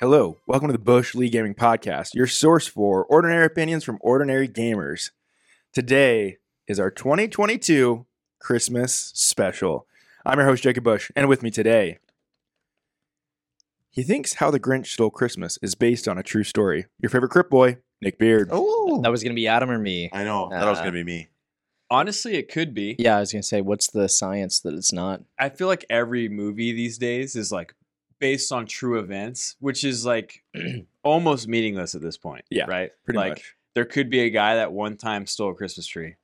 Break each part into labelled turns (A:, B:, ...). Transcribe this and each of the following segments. A: Hello, welcome to the Bush League Gaming Podcast, your source for ordinary opinions from ordinary gamers. Today is our 2022 Christmas special. I'm your host, Jacob Bush, and with me today, he thinks How the Grinch Stole Christmas is based on a true story. Your favorite Crip Boy, Nick Beard.
B: Oh,
C: That was gonna be Adam or me. Uh,
B: I know that was gonna be me.
D: Honestly, it could be.
C: Yeah, I was gonna say, what's the science that it's not?
D: I feel like every movie these days is like based on true events, which is like almost meaningless at this point.
A: Yeah,
D: Right?
A: Pretty
D: like,
A: much.
D: There could be a guy that one time stole a Christmas tree.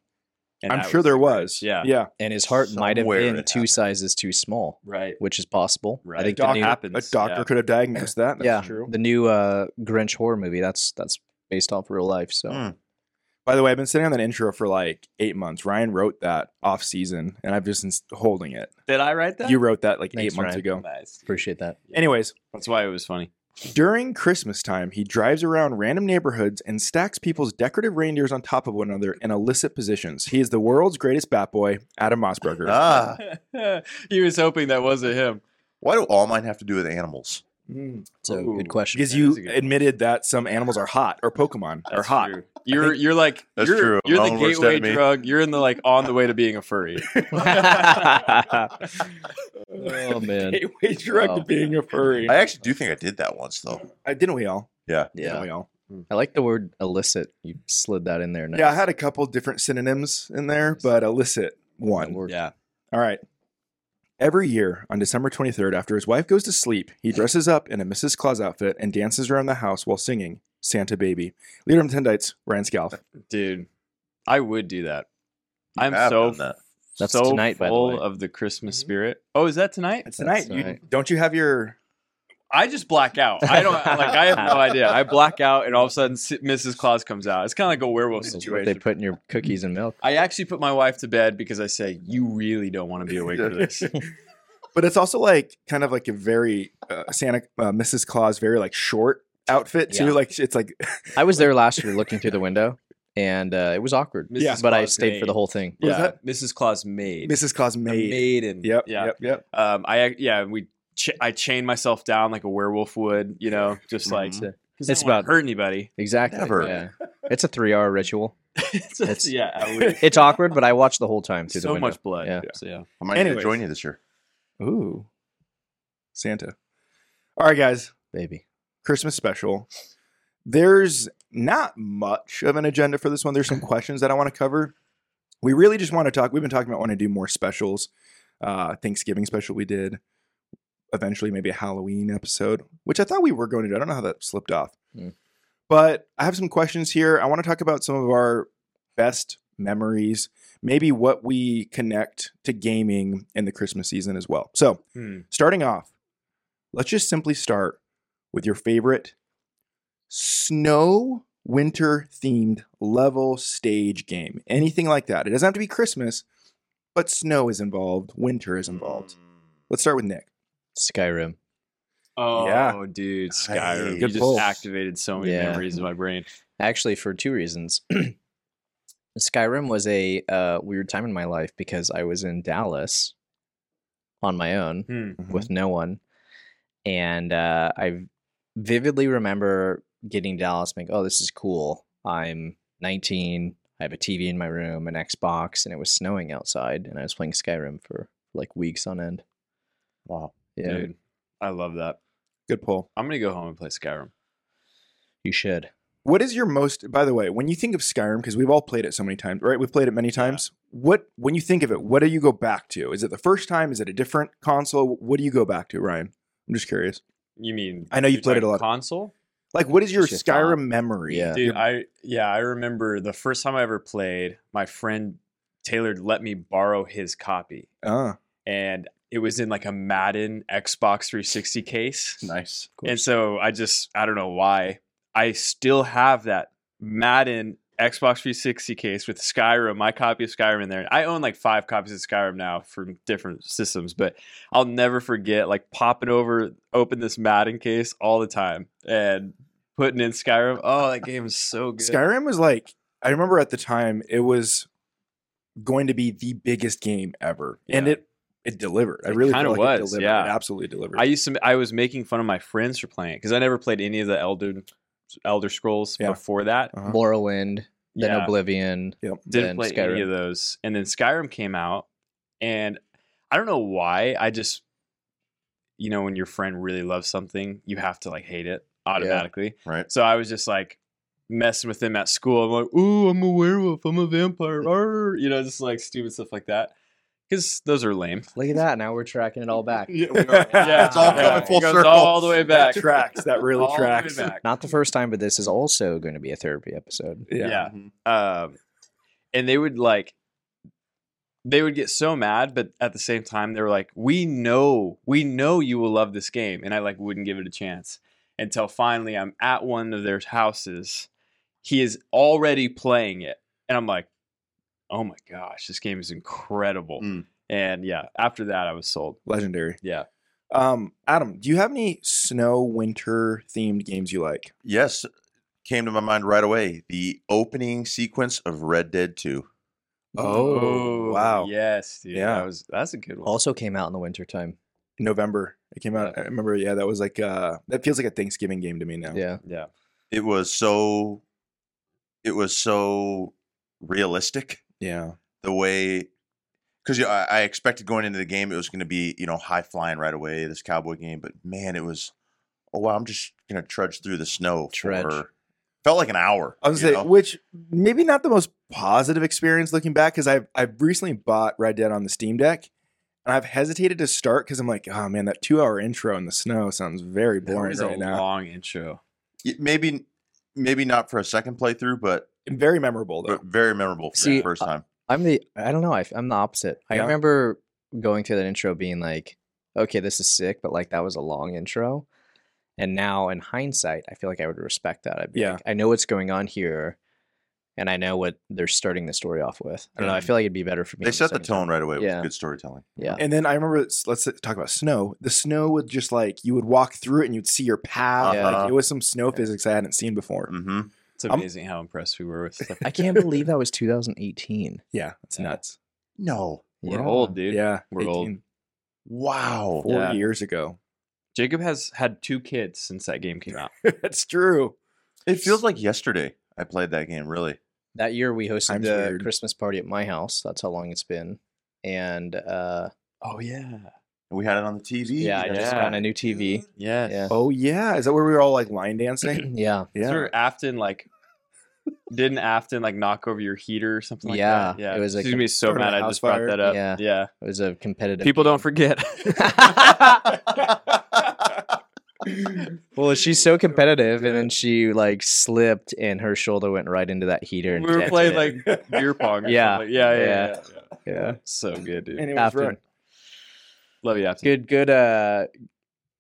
D: and
A: I'm
D: that
A: sure there
D: the
A: was.
D: Grinch. Yeah.
A: Yeah.
C: And his heart might have
B: Somewhere
C: been
B: it
C: two
B: happened.
C: sizes too small,
D: Right.
C: which is possible. I
D: Right.
C: think the
A: Doc-
C: new,
A: A
D: happens.
A: doctor
D: Yeah.
A: could have diagnosed that. That's
C: yeah,
A: true.
C: the new uh, Grinch horror movie. That's that's based off real life. So
B: Mm.
A: By the way, I've been sitting on that intro for like eight months. Ryan wrote that off season, and I've just been holding it.
D: Did I write that?
A: You wrote that like
C: Thanks,
A: eight months
C: Ryan.
A: ago.
D: Nice.
C: appreciate that.
A: Anyways,
D: That's why it was funny.
A: during Christmas time, he drives around random neighborhoods and stacks people's decorative reindeers on top of one another in illicit positions. He is the world's greatest bat boy, Adam Mossberger.
B: Ah,
D: he was hoping that wasn't him.
B: why do all mine have to do with animals?
A: Mm.
C: So
D: Ooh.
C: good question.
A: because
D: That is
A: you
D: a good one.
A: admitted that some animals are hot or Pokemon are
D: That's
A: hot.
D: true. You're you're like
B: That's
D: you're,
B: true.
D: You're
B: My
D: the
B: own worst
D: gateway
B: enemy.
D: drug. You're in the like on the way to being a furry.
C: oh man,
A: Gateway drug to
C: Wow.
A: being a furry.
B: I actually do think I did that once though.
A: I, Uh, didn't we all?
B: Yeah.
A: Didn't
C: yeah.
A: we all?
C: I like the word illicit. You slid that in there. Nice.
A: Yeah, I had a couple different synonyms in there, but illicit
C: That
A: one.
C: worked.
D: yeah.
A: All right. Every year on December 23rd, after his wife goes to sleep, he dresses up in a Mrs. Claus outfit and dances around the house while singing Santa Baby. Leader of the Tendites, Ryan Scalf.
D: Dude, I would do that. I'm
B: have
D: so
B: done that.
C: That's
D: so
C: tonight, by the
D: full
C: way.
D: of the Christmas spirit. Oh, is that tonight?
A: It's
C: That's
A: tonight. You,
C: right.
A: Don't you have your.
D: I just black out. I don't like. I have no idea. I black out, and all of a sudden, S- Mrs. Claus comes out. It's kind of like a werewolf
C: That's what they
D: situation.
C: put in your cookies and milk.
D: I actually put my wife to bed because I say, "You really don't want to be awake for this."
A: But it's also like kind of like a very uh, Santa, uh, Mrs. Claus, very like short outfit too.
C: Yeah.
A: Like it's like,
C: I was there last year, looking through the window, and uh, it was awkward.
D: Mrs.
C: but I
D: Claus
C: stayed for
D: made.
C: the whole thing.
A: was
D: yeah,
A: that?
D: Mrs. Claus made
A: Mrs. Claus
D: A
A: made.
D: maiden.
A: Yep,
D: yeah.
A: yep, yep.
D: Um, I ac- yeah, we ch- I chain myself down like a werewolf would. You know, just like
A: Mm-hmm.
B: Mhm.
D: 'cause I
C: It's
D: don't wanna
C: about-
D: hurt anybody.
C: Exactly.
B: Never.
C: Yeah. It's a three-hour ritual. It's-
D: yeah, I would.
C: It's awkward, but I watched the whole time through the
D: so
C: window.
D: much blood.
C: Yeah.
D: So yeah.
B: I might need to
A: Anyways.
B: join you this year.
A: Ooh. Santa. All right, guys.
C: baby.
A: Christmas special. There's not much of an agenda for this one. There's some questions that I want to cover. We really just want to talk. We've been talking about wanting to do more specials. Uh, Thanksgiving special we did. Eventually, maybe a Halloween episode, which I thought we were going to do. I don't know how that slipped off.
C: Hmm.
A: But I have some questions here. I want to talk about some of our best memories, maybe what we connect to gaming in the Christmas season as well. So,
D: Hmm.
A: starting off, let's just simply start with your favorite snow winter themed level stage game. Anything like that. It doesn't have to be Christmas, but snow is involved, winter is
C: Mm.
A: involved. Let's start with Nick.
C: Skyrim.
D: Oh,
A: Yeah.
D: dude, Skyrim.
B: Nice.
D: You
A: Good
D: just
A: pull.
D: activated so many
C: Yeah.
D: memories in my brain.
C: Actually, for two reasons. Skyrim was a uh, weird time in my life because I was in Dallas on my own
D: Hmm.
C: with no one. And uh, I vividly remember getting Dallas and being, oh, this is cool. I'm 19. I have a TV in my room, an Xbox, and it was snowing outside. And I was playing Skyrim for like weeks on end.
B: Wow.
C: Yeah.
D: Dude, I love that.
A: Good pull.
D: I'm gonna go home and play Skyrim.
C: You should.
A: What is your most by the way, when you think of Skyrim because we've all played it so many times, right? We've played it many times. What when you think of it, what do you go back to? Is it the first time? Is it a different console? What do you go back to, Ryan? I'm just curious.
D: You mean?
A: I know you
D: you're
A: played it a
D: talking
A: lot.
D: Console,
A: Like what is your
C: Just your thought.
A: Skyrim memory?
C: Yeah.
D: dude. I yeah, I remember the first time I ever played. My friend Taylor let me borrow his copy,
A: Uh,
D: and it was in like a Madden Xbox 360 case.
B: Nice.
D: And so I just I don't know why I still have that Madden Xbox 360 case with Skyrim, my copy of Skyrim in there. I own like five copies of Skyrim now from different systems, but I'll never forget like popping over, open this Madden case all the time and putting in Skyrim. Oh, that game is so good.
A: Skyrim was like I remember at the time it was going to be the biggest game ever, and
D: Yeah.
A: it It delivered. I really
D: kinda
A: feel like
D: was,
A: It delivered.
D: yeah.
A: It absolutely delivered.
D: I used to. I was making fun of my friends for playing it because I never played any of the Elder Elder Scrolls
A: Yeah.
D: before that.
A: Uh-huh.
C: Morrowind, then
D: Yeah.
C: Oblivion.
A: Yep.
D: didn't play
C: then
D: any
C: Skyrim.
D: of those. And then Skyrim came out, and I don't know why. I just, you know, when your friend really loves something, you have to like hate it automatically.
B: Right.
D: So I was just like messing with them at school. I'm like, ooh, I'm a werewolf. I'm a vampire. Arr. You know, just like stupid stuff like that. Because those are lame.
C: Look at that. Now we're tracking it all back.
B: Yeah,
A: we are. Yeah,
B: it's all
C: yeah.
B: coming full
D: It goes
B: circle.
D: All the way
A: that
D: back.
A: tracks. That really
D: All the way
A: tracks.
D: back.
C: Not the first time, but this is also going to be a therapy episode.
A: Yeah. Mm-hmm.
D: Yeah. um, and they would like they would get so mad but at the same time they were like we know we know you will love this game and i like wouldn't give it a chance until finally i'm at one of their houses he is already playing it and i'm like oh my gosh this game is incredible
A: Hmm.
B: Mm.
D: and yeah after that i was sold
A: Legendary.
D: yeah
A: Um, Adam, do you have any snow winter themed games you like?
B: Yes, came to my mind right away. The opening sequence of Red Dead 2.
A: Oh, wow.
D: yes dude
A: Yeah.
D: yeah that was that's a good one
C: Also came out in the wintertime.
A: November. It came
D: Uh,
A: out. I remember. Yeah, that was like uh that feels like a Thanksgiving game to me now.
C: Yeah.
D: yeah
B: It was so it was so realistic
A: yeah.
B: the way because you know, I, I expected going into the game it was going to be you know high flying right away this cowboy game, but man, it was oh wow, I'm just going to trudge through the snow
C: Trudge.
B: for felt like an hour.
A: I was
B: you
A: gonna say,
B: know?
A: which maybe not the most positive experience looking back because I've I've recently bought Red Dead on the Steam Deck, and I've hesitated to start because I'm like, oh man, that two hour intro in the snow sounds very
D: that
A: boring
D: was a
A: right now.
D: long intro
B: Y- maybe maybe not for a second playthrough, but,
A: Very memorable though.
B: but very memorable for
C: See,
B: the first
C: uh,
B: time.
C: I'm the I don't know I, am the opposite. I
A: Yeah.
C: remember going through that intro being like, okay, this is sick, but like that was a long intro. And now in hindsight, I feel like I would respect that. I'd be
A: Yeah.
C: like, I know what's going on here, and I know what they're starting the story off with. I don't know. I
A: Mhm.
C: feel like it'd be better for me.
B: They
C: the
B: set the
C: second
B: tone
C: time.
B: right away
C: Yeah.
B: with good storytelling.
C: Yeah.
A: And then I remember, it's- let's uh, talk about snow. The snow would just like you would walk through it and you'd see your path.
B: Uh-huh.
A: Like, it was some snow physics I hadn't seen before.
D: Mm.
B: hmm
D: it's
A: I'm-
D: amazing how impressed we were with stuff
C: I can't believe that was 2018.
A: Yeah, it's
D: Yeah.
A: nuts.
B: No,
D: we're
C: Yeah.
D: old dude
A: Yeah,
D: we're old.
B: wow.
A: four
D: Yeah.
A: years ago.
D: Jacob has had two kids since that game came out.
A: That's true.
B: It feels like yesterday I played that game. Really,
C: That year we hosted
A: Time's
C: the
A: weird.
C: Christmas party at my house. That's how long it's been. And uh,
D: Oh yeah,
B: we had it on the TV.
C: yeah, I just got
D: Yeah.
C: a new TV.
D: yes.
C: Yeah.
A: Oh yeah, is that where we were all like line dancing?
C: Yeah.
A: Yeah,
D: Sort of Afton like didn't Afton like knock over your heater or something like
C: Yeah,
D: that? Yeah,
C: it was
D: She's
C: like
D: gonna be so
A: sort of a
D: mad. I
A: house
D: just brought
A: fire.
D: that up.
C: Yeah.
D: Yeah,
C: It was a competitive
D: people don't forget.
C: Well, she's so competitive, and then she like slipped, and her shoulder went right into that heater.
D: we
C: And
D: were
C: dented
D: playing
C: it.
D: like beer pong. Or
C: Yeah.
D: yeah. yeah, yeah,
C: Yeah.
D: yeah, yeah.
C: yeah,
D: So good, dude.
A: Anyways,
C: Afton.
A: right.
D: Love you, Afton.
C: good, good. Uh,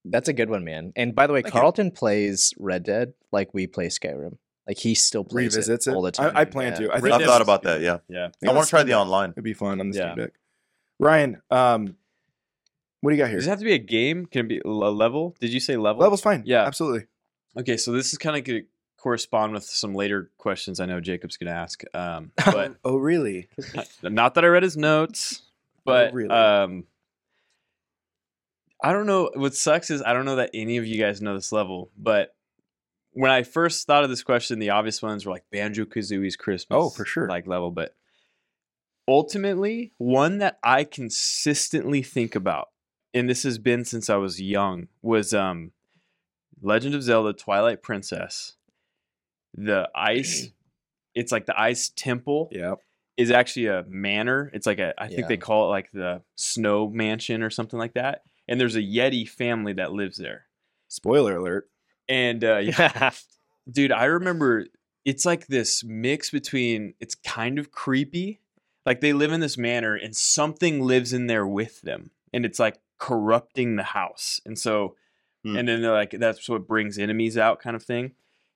C: that's a good one, man. And by the way,
B: Thank you.
C: Carlton plays Red Dead like we play Skyrim. Like he still plays
A: revisits
C: it,
A: it.
C: all the time.
A: I, I plan
C: Yeah.
A: to. I think
B: I've
A: that's-
B: thought about that. Yeah,
D: Yeah,
B: I want to try the online.
A: It'd be fun on the
D: Yeah.
A: Steam Deck. Ryan, um, what do you got here?
D: does it have to be a game? Can it be a level? Did you say level?
A: Level's fine.
D: Yeah.
A: absolutely.
D: Okay, so this is kind of going to correspond with some later questions I know Jacob's going to ask. Um, but
A: Oh really?
D: not that I read his notes, but
A: Oh, really?
D: um, I don't know. What sucks is I don't know that any of you guys know this level, but when I first thought of this question, the obvious ones were like Banjo Kazooie's Christmas.
A: Oh, for sure.
D: Like level, but ultimately, one that I consistently think about, and this has been since I was young, was um, Legend of Zelda Twilight Princess. The ice, it's like the ice temple
A: Yeah.
D: is actually a manor. It's like a I think
C: Yeah.
D: they call it like the snow mansion or something like that. And there's a Yeti family that lives there.
A: Spoiler alert.
D: And uh, yeah, dude, I remember it's like this mix between it's kind of creepy. Like they live in this manor and something lives in there with them. And it's like corrupting the house. And so,
B: Hmm.
D: and then they're like, that's what brings enemies out kind of thing.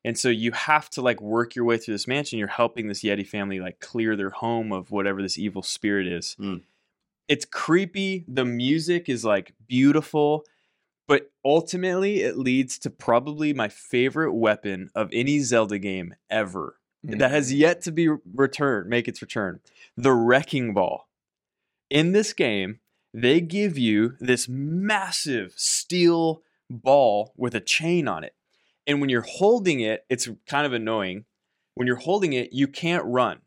D: And so you have to like work your way through this mansion. You're helping this Yeti family like clear their home of whatever this evil spirit is.
B: Hmm.
D: It's creepy. The music is like beautiful but ultimately it leads to probably my favorite weapon of any Zelda game ever
C: Hmm.
D: that has yet to be returned, make its return. The wrecking ball. In this game, They give you this massive steel ball with a chain on it. And when you're holding it, it's kind of annoying. When you're holding it, you can't run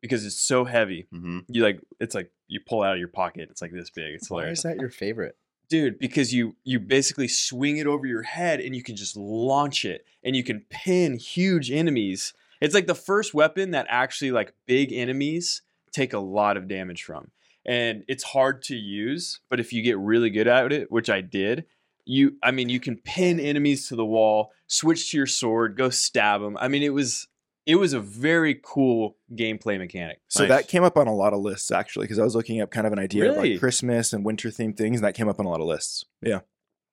D: because it's so heavy.
B: Mm-hmm.
D: You like it's like you pull it out of your pocket. It's like this big. It's
C: Why
D: hilarious
C: is that your favorite?
D: dude because you you basically swing it over your head and you can just launch it and you can pin huge enemies it's like the first weapon that actually like big enemies take a lot of damage from and it's hard to use but if you get really good at it which i did you i mean you can pin enemies to the wall switch to your sword go stab them i mean it was it was a very cool gameplay mechanic
A: So
B: Nice.
A: that came up on a lot of lists actually, because I was looking up kind of an idea of
D: Really?
A: like Christmas and winter themed things, and that came up on a lot of lists. Yeah,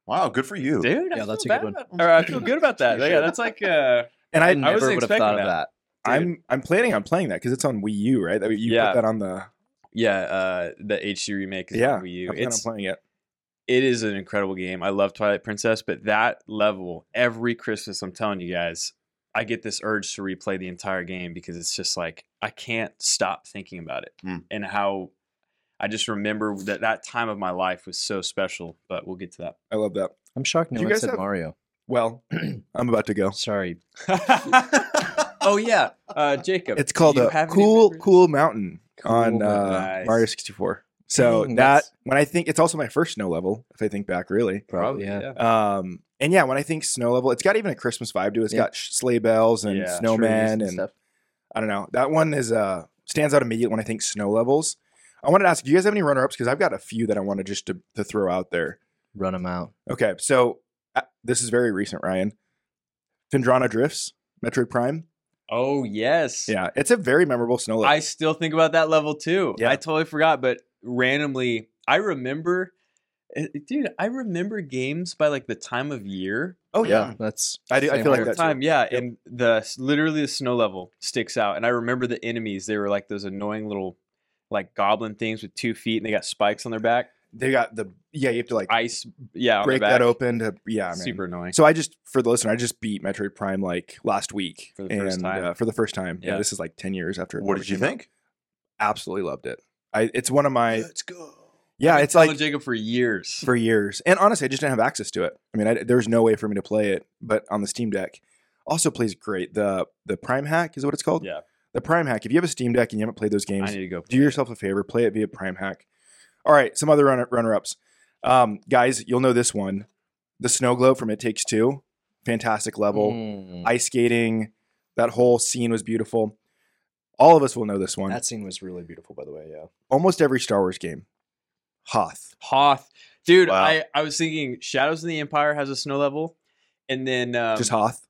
B: Wow, good for you.
D: dude I
C: Yeah, that's
D: feel
C: a good
D: bad about- or i feel good about that
C: Appreciate
D: yeah
C: it.
D: that's like uh
A: and I,
D: I wasn't
C: would've
D: expecting
C: of
D: that.
A: I'm I'm planning on playing that because it's on Wii U, right? That you
D: Yeah.
A: put that on the
D: Yeah, uh, the HD remake is
A: Yeah,
D: on Wii U.
A: I plan on
D: It's
A: playing it.
D: it is an incredible game. I love Twilight Princess, but that level every Christmas, I'm telling you guys, I get this urge to replay the entire game because it's just like I can't stop thinking about it
B: Mm.
D: and how I just remember that that time of my life was so special. But we'll get to that.
A: I love that.
C: I'm shocked no
A: Do you
C: one
A: guys
C: said
A: have-
C: Mario.
A: Well, I'm about to go.
C: Sorry.
D: oh yeah, uh, Jacob.
A: It's called
D: do you
A: a
D: have any
A: cool
D: memories?
A: cool mountain on
D: Cool,
A: uh,
D: nice.
A: Mario 64. So
C: Dang,
A: that
C: that's-
A: when I think it's also my first snow level, if I think back really.
D: Probably yeah.
A: Um, and yeah, when I think snow level, it's got even a Christmas vibe to it. It's
C: Yeah.
A: got sh- sleigh bells and
D: Yeah, trees
A: snowmen and
C: stuff.
A: I don't know. That one is uh stands out immediate when I think snow levels. I wanted to ask, do you guys have any runner ups? Because I've got a few that I wanted just to, to throw out there.
C: Run them out.
A: Okay, so uh, this is very recent, Ryan. Fendrana Drifts, Metroid Prime.
D: Oh yes.
A: Yeah, it's a very memorable snow level.
D: I still think about that level too.
A: Yeah.
D: I totally forgot, but randomly, I remember, eh, dude, I remember games by like the time of year.
A: oh yeah,
C: That's
A: I do. I
C: same
A: feel like
C: here.
A: that.
D: time,
A: too.
D: yeah,
A: Yep.
D: and the literally the snow level sticks out, and I remember the enemies. They were like those annoying little, like goblin things with two feet, and they got spikes on their back,
A: They got the yeah. You have to like
D: ice, yeah, on their
A: break that
D: back.
A: open to yeah. Man.
D: super annoying.
A: So I just for the listener, I just beat Metroid Prime like last week
D: For the first
A: and,
D: time.
A: Uh, for the first time. Yeah.
D: Yeah.
A: this is like ten years after. it
B: What
A: first
B: did you
A: came out.
B: think?
A: Absolutely loved it. I it's one of my
B: Let's go.
A: yeah.
D: I've
A: It's
D: known
A: like
D: Jacob for years.
A: for years. And honestly, I just didn't have access to it. I mean, I, there was no way for me to play it, but on the Steam Deck. Also plays great. The the Prime Hack is what it's called.
D: Yeah.
A: The Prime Hack. If you have a Steam Deck and you haven't played those
D: I
A: games,
D: need to go.
A: do yourself a favor, play it via Prime Hack. All right, some other runner, runner-ups. Um, guys, you'll know this one. The Snow Globe from It Takes Two. Fantastic level.
C: Mm.
A: Ice skating, that whole scene was beautiful. All of us will know this one.
C: That scene was really beautiful, by the way. Yeah.
A: Almost every Star Wars game. Hoth.
D: Hoth, dude.
B: Wow.
D: I I was thinking Shadows in the Empire has a snow level, and then um,
A: just Hoth.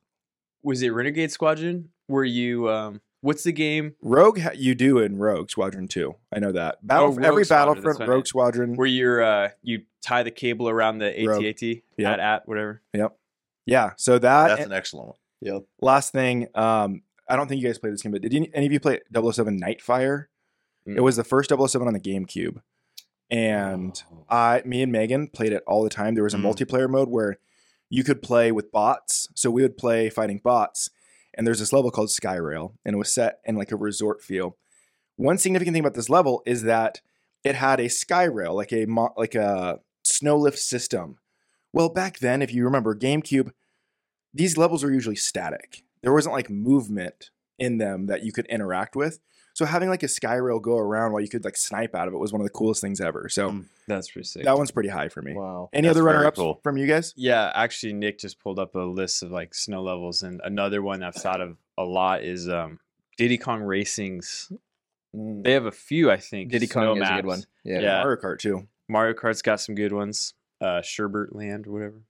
D: was it Renegade Squadron? Were you um what's the game
A: Rogue, ha- you do in Rogue Squadron 2. I know that. Battle,
D: Oh, Rogue
A: every
D: Squadron,
A: Battlefront,
D: that's what I
A: Rogue
D: meant.
A: Squadron.
D: where you're uh you tie the cable around the
A: Rogue.
D: AT-AT
A: Yeah.
D: at at whatever?
A: yeah. So that.
B: That's
A: and
B: an excellent one.
A: last thing. Um, I don't think you guys played this game, but did any, any of you play 007 Nightfire?
D: Mm.
A: It was the first 007 on the GameCube. And
C: Oh.
A: I, me and Megan played it all the time. There was a
B: Mm.
A: multiplayer mode where you could play with bots. So we would play fighting bots. And there's this level called Skyrail, and it was set in like a resort feel. One significant thing about this level is that it had a Skyrail, like a mo- like a snow lift system. Well, back then, if you remember GameCube, these levels were usually static. There wasn't like movement in them that you could interact with. So having like a Skyrail go around while you could like snipe out of it was one of the coolest things ever. So
B: Mm.
D: That's pretty sick.
A: that one's pretty high for me.
C: Wow.
A: Any
B: That's
A: other
B: very
A: runner ups
B: cool.
A: from you guys?
D: yeah, actually Nick just pulled up a list of like snow levels and another one I've thought of a lot is um Diddy Kong Racing's. They have a few, I think.
C: Mm. Diddy
D: snow
C: Kong is a
D: maps.
C: good one. Yeah.
D: Yeah.
A: Mario Kart too.
D: Mario Kart's got some good ones. Uh Sherbert Land or whatever.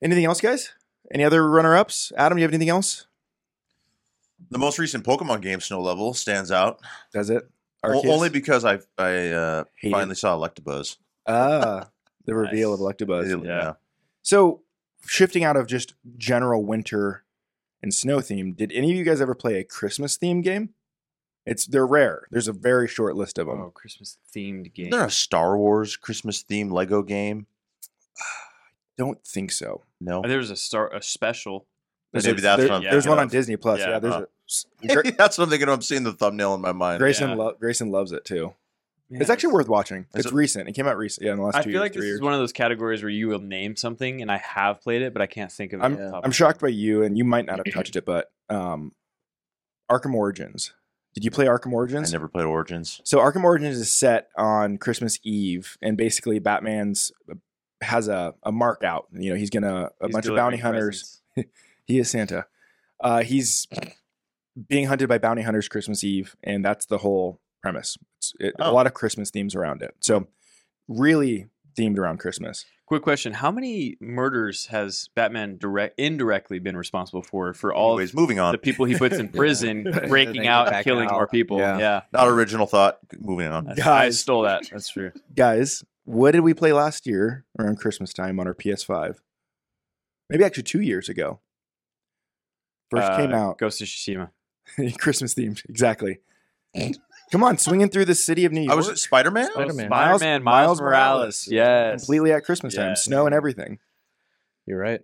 A: Anything else, guys? Any other runner ups? Adam, you have anything else?
B: The most recent Pokemon game, Snow Level, stands out
A: That's it.
B: o-
A: Arceus?
B: only because I I uh,
A: Hated.
B: finally saw Electabuzz.
A: ah the reveal
D: Nice.
A: of Electabuzz.
B: It-
D: yeah.
A: So, shifting out of just general winter and snow theme, did any of you guys ever play a Christmas theme game? It's they're rare. There's a very short list of them.
D: Oh, Christmas themed game.
B: Isn't there a Star Wars Christmas themed Lego game?
A: Don't think so.
B: No.
D: There was a star a special.
A: There's
B: Maybe
A: a-
B: that's
A: there-
B: what I'm
A: There's
B: thinking
A: one on
B: of.
A: Disney Plus. Yeah,
D: Yeah,
A: there's
B: huh.
A: a,
B: That's what I'm thinking. of. I'm seeing the thumbnail in my mind.
A: Grayson.
D: Yeah.
A: Lo- Grayson loves it too.
D: Man,
A: It's actually worth watching.
B: Is
A: It's
B: it-
A: recent. It came out recent. Yeah, in the last
D: I
A: two
D: feel
A: years,
D: like this
A: three years.
D: is one of those categories where you will name something, and I have played it, but I can't think of. it
A: I'm-
D: off the top
A: I'm
D: of-
A: shocked by you, and you might not have touched it, but um, Arkham Origins. Did you play Arkham
B: I
A: Origins?
B: never played Origins.
A: So Arkham Origins is set on Christmas Eve, and basically Batman's uh, has a, a mark out. You know, he's gonna a
D: He's
A: bunch of
D: delivering
A: bounty hunters.
D: presents.
A: He is Santa. Uh, he's being hunted by bounty hunters Christmas Eve, and that's the whole premise. It's it, a
B: Oh.
A: lot of Christmas themes around it. So really themed around Christmas.
D: Quick question: How many murders has Batman direct indirectly been responsible for? For all
B: Anyways, moving on.
D: the people he puts in prison,
C: Yeah. They
D: breaking
C: go
D: out, and
C: back
D: killing
C: out.
D: more people.
C: Yeah.
D: Yeah,
B: Not original thought. Moving on.
D: That's- I
A: Guys.
D: stole that.
C: That's true.
A: Guys, what did we play last year around Christmas time on our PS5? Maybe actually two years ago. First came
D: Uh,
A: out
D: Ghost of Tsushima.
A: Christmas themed. Exactly. Come on, swinging through the city of New York.
B: I was Spider Man.
C: Spider- Spider-Man.
D: Miles, Miles, Morales. Yes,
A: Completely at Christmas time,
D: Yes.
A: snow and everything.
C: You're right.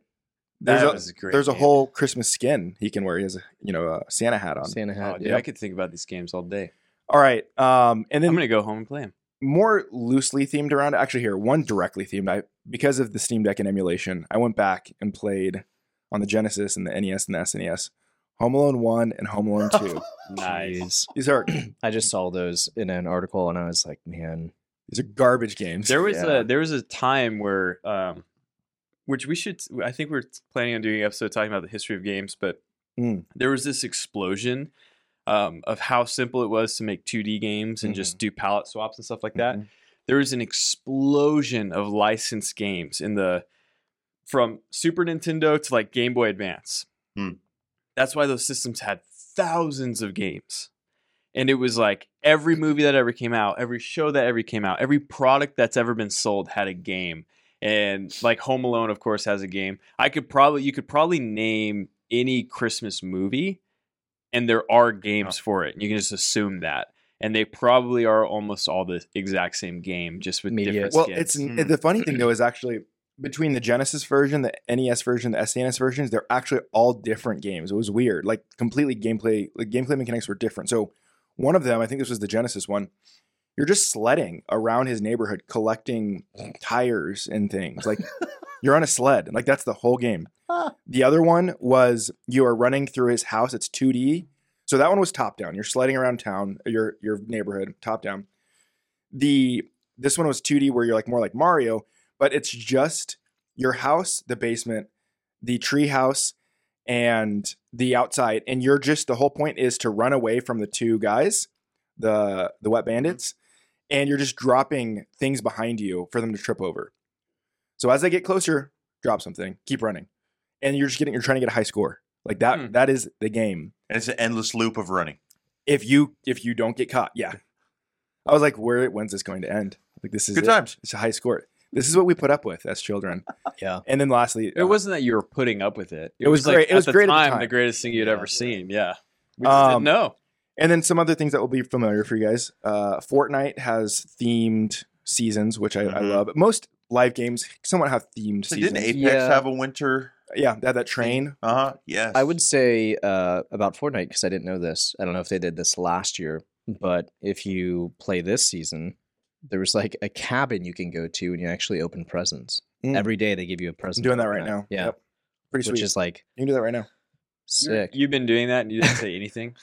A: There's
D: That
A: a,
D: was a great
A: there's a
D: game.
A: whole Christmas skin he can wear. He has a you know a Santa hat on.
C: Santa
D: Oh,
C: hat.
D: dude,
C: yeah.
D: I could think about these games all day.
A: All right, um, and then
D: I'm gonna go home and play them.
A: more loosely themed around. Actually, here one directly themed. I because of the Steam Deck and emulation, I went back and played on the Genesis and the E NES and the SNES, Home Alone One and Home Alone Two.
D: Nice.
C: Jeez.
A: these are
C: I just saw those in an article and I was like, man,
A: these are garbage games.
D: There was
B: Yeah.
D: a there was a time where, um, which we should I think we're planning on doing an episode talking about the history of games, but
A: Mm.
D: there was this explosion um, of how simple it was to make 2D games and just do palette swaps and stuff like that.
A: Mhm.
D: There was an explosion of licensed games in the from Super Nintendo to like Game Boy Advance.
B: Hmm.
D: That's why those systems had thousands of games. And it was like every movie that ever came out, every show that ever came out, every product that's ever been sold had a game. And like Home Alone, of course, has a game. I could probably you could probably name any Christmas movie, and there are games
A: Oh.
D: for it. You can just assume that. And they probably are almost all the exact same game, just with
C: Media.
D: different
A: well,
D: skins.
A: it's
B: Mm.
A: the funny thing though is actually between the Genesis version, the NES version, the SNES versions, they're actually all different games. It was weird, like completely gameplay, like gameplay mechanics were different. So one of them, I think this was the Genesis one. You're just sledding around his neighborhood, collecting tires and things. Like you're on a sled. Like that's the whole game. The other one was you are running through his house. It's 2D. So that one was top down. You're sledding around town, your your neighborhood, top down. The this one was 2D where you're like more like Mario, but it's just your house, the basement, the tree house, and the outside. And you're just the whole point is to run away from the two guys, the the wet bandits, and you're just dropping things behind you for them to trip over. So as they get closer, drop something, keep running. And you're just getting you're trying to get a high score. Like that
D: Hmm.
A: that is the game
B: And it's an endless loop of running.
A: if you if you don't get caught yeah i was like where when's this going to end like this is
B: Good
A: it.
B: times.
A: it's a high score this is what we put up with as children
C: yeah.
A: and then lastly
D: it
A: uh,
D: wasn't that you were putting up with it.
A: It was great- it was
D: at
A: great at
D: the
A: the
D: time,
A: time.
D: the greatest thing you'd
C: Yeah.
D: ever seen. Yeah. We just
A: Um,
D: didn't know.
A: and then some other things that will be familiar for you guys uh fortnite has themed seasons which i, I
C: Mm-hmm.
B: Mhm.
A: love most live games somewhat have themed
B: So
A: seasons
B: didn't Apex
C: Yeah.
B: have a winter?
A: yeah they had that train
B: Uh huh. Yes.
C: I would say uh, about Fortnite because I didn't know this. I don't know if they did this last year, but if you play this season, there was like a cabin you can go to and you actually open presents.
A: Mm.
C: Every day they give you a
A: i'm
C: present.
A: doing
C: for
A: that right
C: Fortnite.
A: now
C: Yeah.
A: Yep. pretty
C: Which
A: sweet
C: is like
A: you can do that right now
D: You're-
C: sick.
D: You've been doing that and you didn't say anything.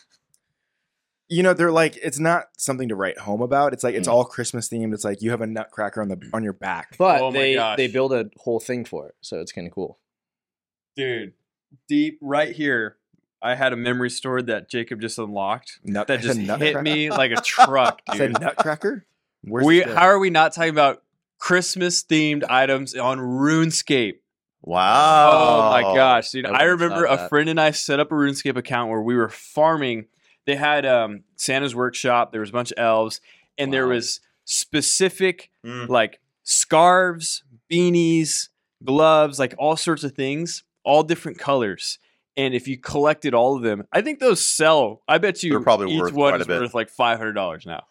A: you know they're like it's not something to write home about it's like it's
C: Mm.
A: all christmas themed it's like you have a nutcracker on the on your back
C: But
D: Oh my
C: they,
D: gosh.
C: they build a whole thing for it. So it's kind of cool.
D: Dude, deep right here, I had a memory stored that Jacob just unlocked
A: Nut-
D: that just
A: a
D: hit
A: nutcracker?
D: me like a truck,
A: It's a
D: dude.
A: nutcracker. Where's
D: We
A: the-
D: how are we not talking about Christmas themed items on RuneScape?
B: wow.
D: Oh, my gosh, dude!
C: I
D: I,
C: wouldn't have
D: remember
C: thought
D: a
C: that.
D: friend and I set up a RuneScape account where we were farming. They had um, Santa's workshop. There was a bunch of elves, and there
C: Wow.
D: was specific
B: Mm.
D: like scarves, beanies, gloves, like all sorts of things, all different colors. And if you collected all of them, I think those sell. I bet you
B: They're probably
D: each
B: worth
D: one
B: quite a
D: is
B: bit.
D: worth like five hundred dollars now.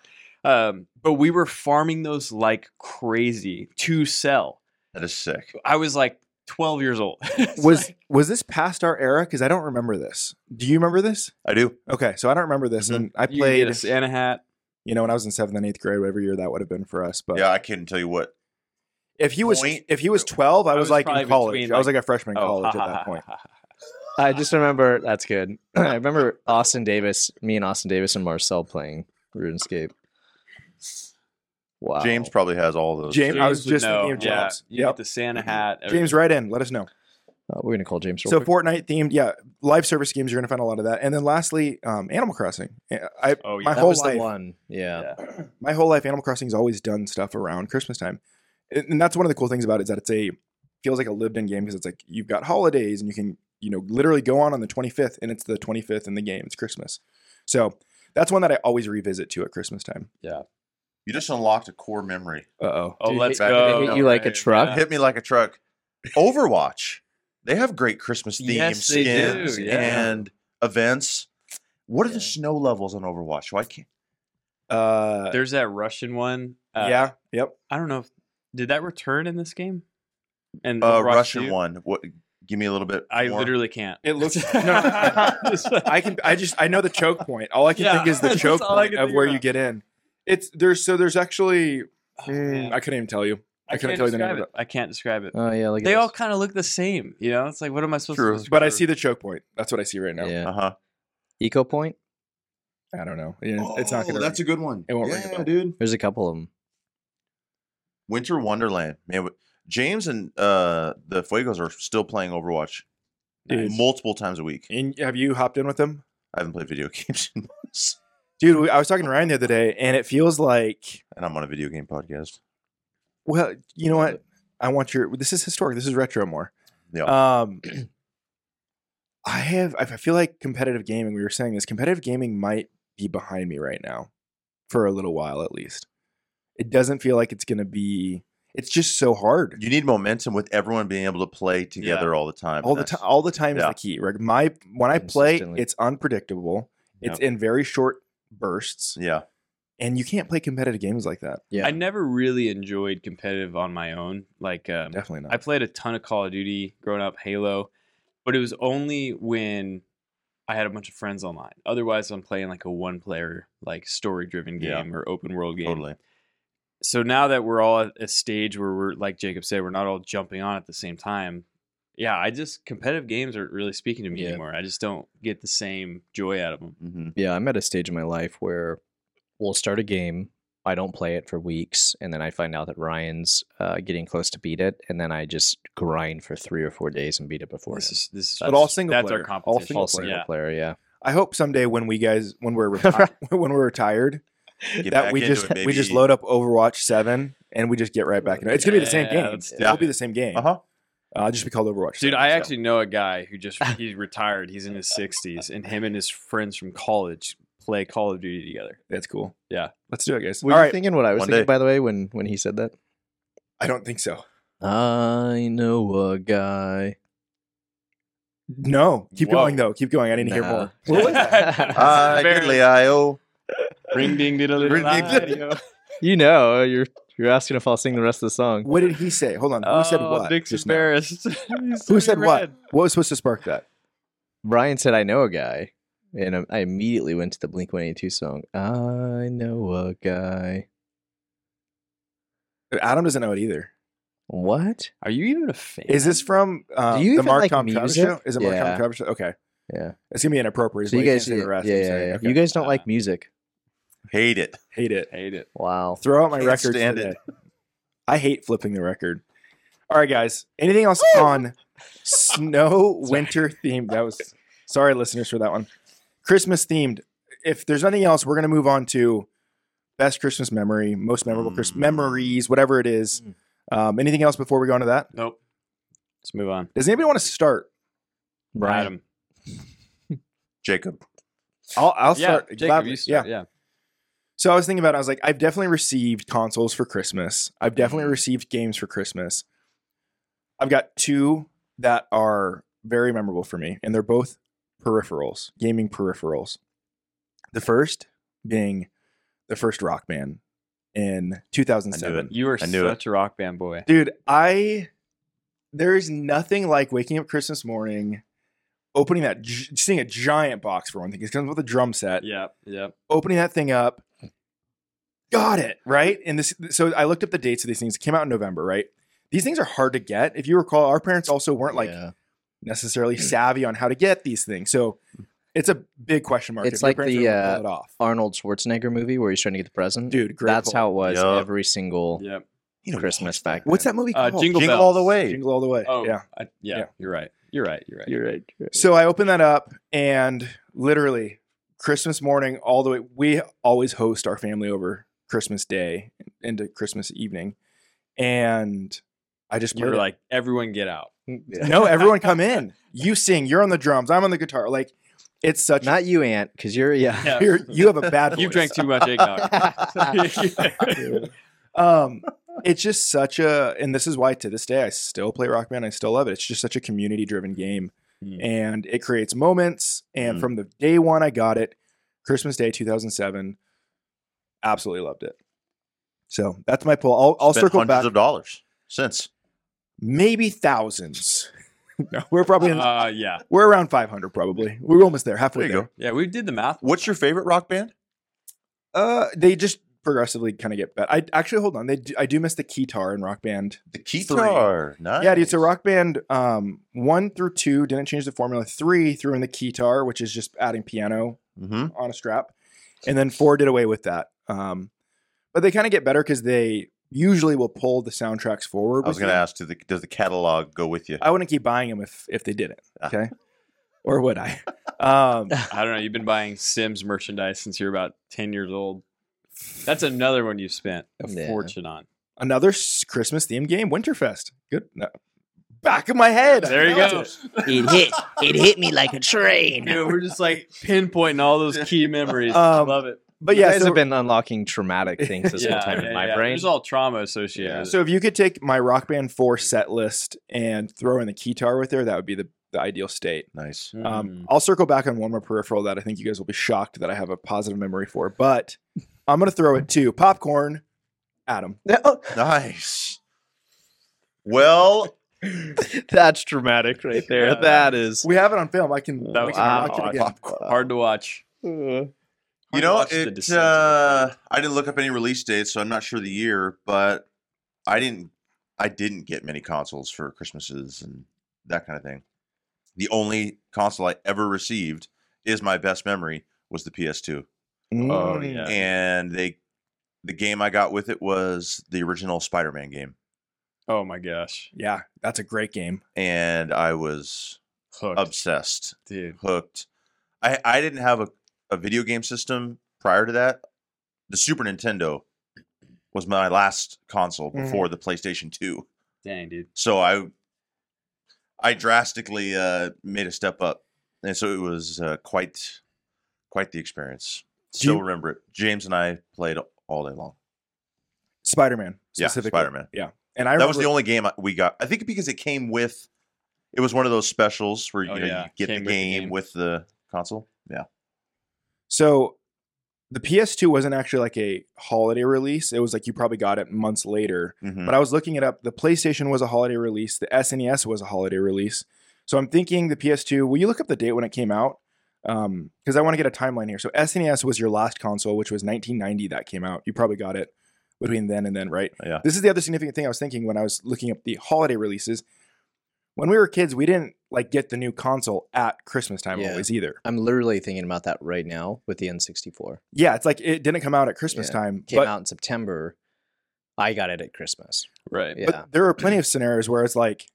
D: Um, but we were farming those like crazy to sell.
B: That is sick.
D: I was like twelve years old. It's
A: was
D: like-
A: was this past our era? Because I don't remember this. Do you remember this?
B: I do.
A: Okay, so I don't remember this,
B: Mhm.
A: and I
D: Mm-hmm. you could get
A: played.
D: a Santa hat.
A: You know, when I was in seventh and eighth grade, whatever year that would have been for us. But
B: yeah, I couldn't tell you what.
A: if he was
B: Point-
A: if he was twelve, I
D: I
A: was,
D: was
A: like
D: probably
A: in college.
D: between,
A: I was
D: like-
A: like a freshman in
D: Oh,
A: college
D: ha,
A: at
D: ha,
A: that
D: ha,
A: point.
D: ha, ha, ha.
C: I just remember that's good. I remember Austin Davis, me and Austin Davis and Marcel playing RuneScape. Wow.
B: James probably has all those.
A: James, I was
D: would
A: just
D: know.
A: thinking of James.
D: Yeah, you
A: Yep. Mm-hmm.
D: get the Santa hat.
A: James, right in. Let us know.
C: Uh, we're gonna call James. Real
A: So
C: quick.
A: Fortnite themed, yeah, live service games. You're gonna find a lot of that. And then lastly, um, Animal Crossing. Yeah, I
D: Oh yeah.
A: my
C: that
A: whole
C: was
A: life-
C: the one. Yeah.
A: my whole life, Animal Crossing's always done stuff around Christmas time, and and that's one of the cool things about it is that it's a feels like a lived-in game because it's like you've got holidays and you can you know literally go on on the 25th and it's the 25th in the game. It's Christmas, so that's one that I always revisit to at Christmas time.
B: You just unlocked a core memory.
A: Uh oh.
D: Oh,
C: Dude,
D: let's
B: hit-
D: go.
B: hit
C: you like a
D: Right,
C: truck?
D: yeah.
B: Hit me like a truck. Overwatch. They have great Christmas themes,
D: Yes, they do,
B: skins,
D: yeah.
B: and events. What are
C: Yeah.
B: the snow levels on Overwatch? Why can't
A: Uh,
D: There's that Russian one. Uh,
A: yeah. Yep.
D: I don't know. If, did that return in this game? And
B: uh,
D: Overwatch
B: Russian
D: 2?
B: one? What? Give me a little bit.
D: I
B: more.
D: literally can't.
A: It looks- I
D: I
A: can. I just. I know the choke point. All I can
D: Yeah,
A: think is the
D: that's
A: choke
D: all I
A: point
D: can
A: of
D: think
A: where
D: about. Oh,
A: you get in. It's there's so there's actually. mm,
D: man.
A: I couldn't even tell you. I couldn't
D: can't
A: tell you the name
D: describe
A: of
D: it. I can't describe it.
C: Oh yeah. Look at
D: they all
C: this.
D: kind of look the same. You know, it's like what am I supposed
B: True.
D: to? Describe?
A: But I see the choke point. That's what I see right now.
C: Yeah.
B: Uh huh.
C: Eco Point.
A: I don't know. Yeah, it's not gonna.
B: Oh, That's a good one.
A: it won't ring a
B: yeah,
A: bell.
B: dude.
C: There's a couple of them.
B: Winter Wonderland. Man, w- James and uh, the Fuegos are still playing Overwatch
A: Nice.
B: multiple times a week.
A: And have you hopped in with them,
B: I haven't played video games in months,
A: dude? we- I was talking to Ryan the other day, and it feels like.
B: and I'm on a video game podcast.
A: Well, you know what? I want your. This is historic. This is retro more.
B: Yeah.
A: Um, I have. I feel like competitive gaming. We were saying this. Competitive gaming might be behind me right now, for a little while at least. It doesn't feel like it's gonna be. It's just so hard
B: you need momentum with everyone being able to play together all the time.
A: all the
B: That's-
A: time. All the time is
B: Yeah.
A: the key. Right? My when I play,
C: Consistently.
A: it's unpredictable. It's
B: Yeah.
A: in very short bursts,
B: Yeah.
A: and you can't play competitive games like that.
C: Yeah.
D: I never really enjoyed competitive on my own. Like um,
A: Definitely not.
D: I played a ton of Call of Duty growing up, Halo, but it was only when I had a bunch of friends online. Otherwise, I'm playing like a one-player, like story-driven
B: Yeah.
D: game or open-world game.
B: Totally.
D: so now that we're all at a stage where we're like Jacob said, we're not all jumping on at the same time. Yeah, I just competitive games aren't really speaking to me
C: Yeah.
D: anymore. I just don't get the same joy out of them.
B: Mm-hmm.
C: yeah, I'm at a stage in my life where we'll start a game. I don't play it for weeks, and then I find out that Ryan's uh, getting close to beat it, and then I just grind for three or four days and beat it before
D: This
C: him.
D: is this is
A: But all
D: that's-
A: single
D: that's
A: player.
D: our
A: All
D: competition.
A: single
C: all single
D: yeah.
C: player. Yeah,
A: I hope someday when we guys when we're reti- when we're retired
B: Get
A: that
B: back
A: we
B: into
A: just
B: it,
A: we just
B: baby.
A: load up Overwatch Seven and we just get right back into it. It's gonna be the same
D: Yeah,
A: game.
D: let's do
A: It'll
B: it.
A: be the same game.
B: Uh-huh.
A: Uh, just be called Overwatch.
D: Dude,
A: 7,
D: I
A: so.
D: actually know a guy who just he's retired. He's in his sixties, and him and his friends from college play Call of Duty together.
A: that's cool.
D: Yeah.
A: let's do it, guys.
C: Were
A: All
C: you
A: right,
C: thinking what I was
B: One
C: thinking,
B: day.
C: by the way, when when he said that?
A: I don't think so.
C: I know a guy.
A: No, keep
D: Whoa.
A: going though. Keep going. I need to hear
C: Nah.
A: more.
D: What was that?
B: Uh,
D: Very-
B: goodly IO.
D: Ring ding diddle
B: Ring ding
D: diddle.
C: you know, you're you're asking if I'll sing the rest of the song.
A: What did he say? Hold on. Who
D: Uh,
A: said what?
D: Dick's
A: just now?
D: embarrassed. Oh, He's
A: Who
D: so
A: said what?
D: red.
A: What was supposed to spark that?
C: Ryan said, "I know a guy," and um, I- I immediately went to the Blink One Eighty Two song. I know a guy.
A: Adam doesn't know it either.
C: What?
D: Are you even a fan?
A: Is this from uh,
C: Do you
A: the
C: even
A: Mark
C: like
A: Tom Travis
C: music?
A: show? Is it Mark Tom
C: Yeah.
A: Travis show? Okay,
C: Yeah.
A: it's gonna be inappropriate.
C: So you guys,
A: can
C: yeah,
A: the rest.
C: yeah,
A: I'm
C: yeah,
A: sorry.
C: yeah.
A: Okay.
C: you guys don't
D: Uh,
C: like music.
B: Hate it.
A: hate it.
D: Hate it.
C: Wow.
A: Throw out my
B: Can't
A: record
B: stand
A: today.
B: it.
A: I hate flipping the record. All right, guys. Anything else on snow winter themed? That was sorry, listeners, for that one. Christmas themed. If there's nothing else, we're gonna move on to best Christmas memory, most memorable Christmas
B: Mm.
A: memories, whatever it is.
C: Mm.
A: Um, anything else before we go into that?
D: Nope. Let's move on.
A: Does anybody want to start?
C: Ryan.
D: Adam.
B: Jacob.
A: I'll, I'll
D: yeah,
A: start.
D: Jacob,
A: gladly.
D: you start. Yeah.
A: So I was thinking about it. I was like, I've definitely received consoles for Christmas. I've definitely received games for Christmas. I've got two that are very memorable for me, and they're both peripherals, gaming peripherals. The first being the first Rock Band in 2007.
B: it.
D: You are
B: I knew
D: such a rock band boy.
A: Dude, I there's nothing like waking up Christmas morning, opening that, gi- seeing a giant box for one thing. It comes with a drum set
D: Yep. Yep.
A: opening that thing up, got it right and this so i looked up the dates of these things it came out in november right these things are hard to get if you recall our parents also weren't like
C: Yeah. Mm.
A: necessarily savvy on how to get these things so it's a big question mark
C: It's
A: if your
C: like
A: parents
C: the,
A: were able to
C: uh,
A: pull it off
C: Arnold Schwarzenegger movie where he's trying to get the present.
A: dude great
C: that's
A: pull.
C: how it was
B: Yup.
C: every single
D: Yep.
B: You know,
C: Christmas back.
A: what's
C: then.
A: that movie
D: Uh,
A: called
D: Jingle,
B: Jingle
D: Bells.
B: all the way.
A: Jingle all the way
D: Oh,
A: yeah
D: I- yeah,
A: Yeah.
D: You're right. You're right. You're right.
C: right. You're right.
A: so i opened that up and literally christmas morning all the way we always host our family over christmas day into christmas evening and i just
D: You
A: played
D: were
A: it.
D: like, everyone get out.
A: no everyone come in you sing you're on the drums i'm on the guitar like it's such
C: Not you, Aunt, because you're yeah.
D: Yeah.
A: You're- you have a bad voice.
D: You drank too much eggnog.
C: Hmm.
A: um it's just such a and this is why to this day i still play rock band i still love it it's just such a community driven game
D: Mm.
A: and it creates moments and
B: Mm.
A: from the day one i got it christmas day 2007 absolutely loved it so that's my pull i'll, I'll
B: Spent
A: circle
B: hundreds
A: back
B: of dollars since.
A: maybe thousands no we're probably in,
D: Uh, yeah.
A: we're around 500 probably we're almost there halfway
B: There
A: there,
B: you go.
D: Yeah, we did the math.
B: What's your favorite rock band?
A: uh they just progressively kind of get better i actually hold on they do, i do miss the keytar in rock band
B: The guitar. Oh, Nice.
A: Yeah, dude. So rock band um, one through two didn't change the formula. Three threw in the guitar, which is just adding piano
B: hmm
A: on a strap, and then four did away with that. Um, but they kind of get better because they usually will pull the soundtracks forward.
B: I was
A: with
B: going to
A: them.
B: ask, do the, does the catalog go with you?
A: I wouldn't keep buying them if if they didn't.
B: Ah.
A: Okay, or would I? Um,
D: I don't know. You've been buying Sims merchandise since you're about 10 years old. That's another one you spent a
C: Yeah.
D: fortune on.
A: another Christmas themed game, Winterfest. Good. No. Back of my head. I
D: There you
A: nailed
D: go.
A: it.
E: It hit. It hit me like a train.
D: Dude, we're just like pinpointing all those key memories.
A: Um,
D: Love it.
A: But
C: you
A: yeah,
C: guys
A: so-
C: have been unlocking traumatic things this
D: Yeah,
C: whole time
D: yeah,
C: in my
D: yeah.
C: brain.
D: There's all trauma associated. with it.
A: So if you could take my Rock Band 4 set list and throw in the guitar with there, that would be the, the ideal state.
B: Nice.
A: Um,
D: Mm.
A: I'll circle back on one more peripheral that I think you guys will be shocked that I have a positive memory for, but I'm going to throw it to popcorn, Adam.
B: Nice. Well,
C: That's dramatic right there.
D: Yeah.
C: That is.
A: We have it on film. I can.
B: Oh,
D: That
A: we
D: was
A: can
D: hard
A: watch
D: to
A: it
D: watch.
A: again.
D: hard to watch.
B: you
D: Hard to
B: know,
D: watch the
B: it,
D: descent.
B: uh, I didn't look up any release dates, so I'm not sure the year, but I didn't I didn't get many consoles for Christmases and that kind of thing. The only console I ever received is my best memory was the PS2.
D: Oh,
A: Mm.
D: yeah.
B: And they the game I got with it was the original Spider-Man game.
D: Oh my gosh.
A: Yeah, that's a great game.
B: And I was
D: Hooked.
B: obsessed.
D: Dude.
B: hooked. I I didn't have a, a video game system prior to that. The Super Nintendo was my last console
A: Mhm.
B: before the PlayStation 2.
D: Dang, dude.
B: So I I drastically uh, made a step up. And so it was uh, quite quite the experience.
A: Do you-
B: Still remember it. James and I played all day long.
A: Spider Man,
B: Yeah,
A: specifically.
B: Spider-Man.
A: Yeah. And I
B: that was
A: remember-
B: the only game I- we got. I think because it came with it was one of those specials where you,
D: Oh,
B: know,
D: yeah.
B: you get the
D: Came with the
B: game,
D: game.
B: with the console. Yeah.
A: So the PS2 wasn't actually like a holiday release. It was like you probably got it months later.
B: Mhm.
A: But I was looking it up. The PlayStation was a holiday release. The SNES was a holiday release. So I'm thinking the PS2. Will you look up the date when it came out? Because I want to get a timeline here. So SNES was your last console, which was 1990 that came out. You probably got it between then and then, right?
B: Yeah.
A: This is the other significant thing I was thinking when I was looking up the holiday releases. When we were kids, we didn't like get the new console at Christmas time
C: Yeah.
A: always either.
C: I'm literally thinking about that right now with the N64.
A: Yeah, it's like it didn't come out at Christmas
C: Yeah.
A: time.
C: Came
A: but
C: out in September. I got it at Christmas.
D: Right.
C: Yeah.
A: But there are plenty of scenarios where it's like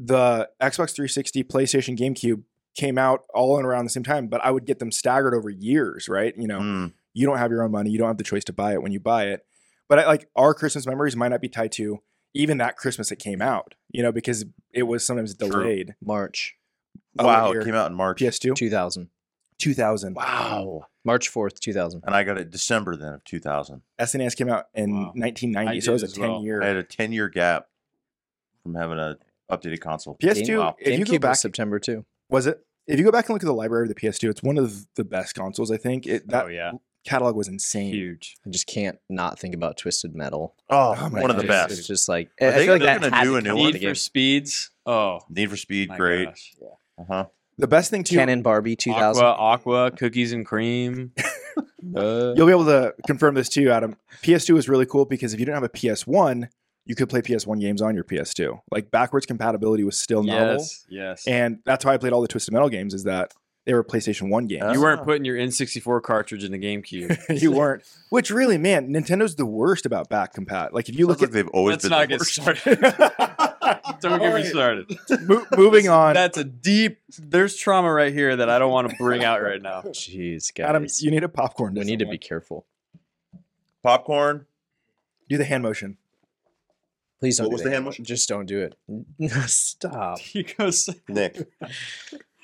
A: the Xbox 360, PlayStation, GameCube came out all in around the same time, but I would get them staggered over years, right? You know,
B: Mm.
A: you don't have your own money, you don't have the choice to buy it when you buy it. But I, like our Christmas memories might not be tied to even that Christmas it came out, you know, because it was sometimes
B: True.
A: delayed.
C: March
A: Oh,
B: Wow,
A: here.
B: it came out in March.
A: PS2,
C: 2000.
A: 2000.
B: Wow.
D: Oh,
C: March 4th, 2000.
B: And I got it December then of 2000.
A: SNES E came out in
D: Wow.
A: 1990,
D: I
A: so it was
D: did
A: a
D: as
A: 10
D: well.
A: year.
B: I had a 10 year gap from having a updated console.
A: PS2,
B: Wow.
A: if you go
C: GameCube
A: back,
C: was September too.
A: was it? If you go back and look at the library of the PS2, it's one of the best consoles, I think. It, that
D: oh yeah.
A: catalog was insane.
D: Huge.
C: I just can't not think about Twisted Metal.
B: Oh,
A: Oh
B: one
A: my
B: of the
C: It's
A: goodness.
C: just-
B: best.
C: It's just like
B: Are
C: I
B: they-
C: feel like
B: they're
C: that
B: gonna
C: had
B: do
C: to
B: a new
C: come
B: one?
C: out of
D: Need
C: the
D: for
C: game.
D: Speeds. Oh.
B: Need for Speed,
D: my
B: great. Uh-huh.
D: gosh.
A: The best thing too,
C: Cannon Barbie 2000.
D: Aqua, Aqua, Cookies and Cream. Uh,
A: You'll be able to confirm this too, Adam. PS2 is really cool because if you didn't have a PS1, you could play PS1 games on your PS2. Like backwards compatibility was still novel,
D: yes, yes.
A: Oh, and that's how I played all the Twisted Metal games. Is that they were PlayStation One games.
D: you weren't
B: Ah.
D: putting your N64 cartridge in the GameCube.
A: uh, you weren't. Which really, man, Nintendo's the worst about back compat. Like if you look
B: Sounds like
A: at
B: they've always
D: Let's
B: been the
D: not get
B: worst.
D: started. Don't get me started.
A: mo- moving on,
D: That's a deep. There's trauma right here that I don't want to bring out right now.
C: Jeez, guys.
A: Adam, you need a popcorn.
C: we
A: to
C: need to
A: someone.
C: be careful.
B: popcorn.
A: do the hand motion.
C: Please don't.
B: What
C: do
B: was
C: that.
B: the hand motion?
C: Just don't do it. Stop.
D: He goes.
B: Nick,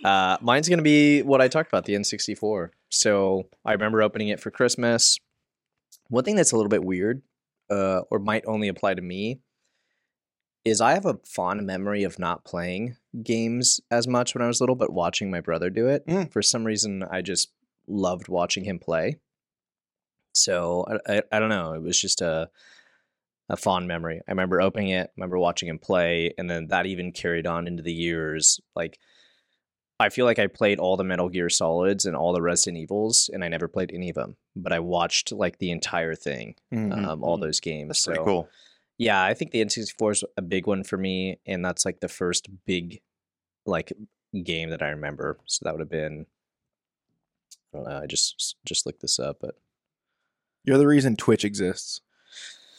C: Uh, mine's gonna be what I talked about, the N64. So I remember opening it for Christmas. One thing that's a little bit weird, uh, or might only apply to me, is I have a fond memory of not playing games as much when I was little, but watching my brother do it.
A: Mm.
C: For some reason, I just loved watching him play. So I, I, I don't know. It was just a a fond memory. I remember opening it, remember watching him play, and then that even carried on into the years. Like I feel like I played all the Metal Gear Solids and all the Resident Evils, and I never played any of them, but I watched like the entire thing,
A: Mm-hmm.
C: um, all those games.
B: that's
C: so
B: pretty cool.
C: yeah, I think the N64 is a big one for me, and that's like the first big like game that I remember. So that would have been I don't know, I just just looked this up, but
A: You're the reason Twitch exists.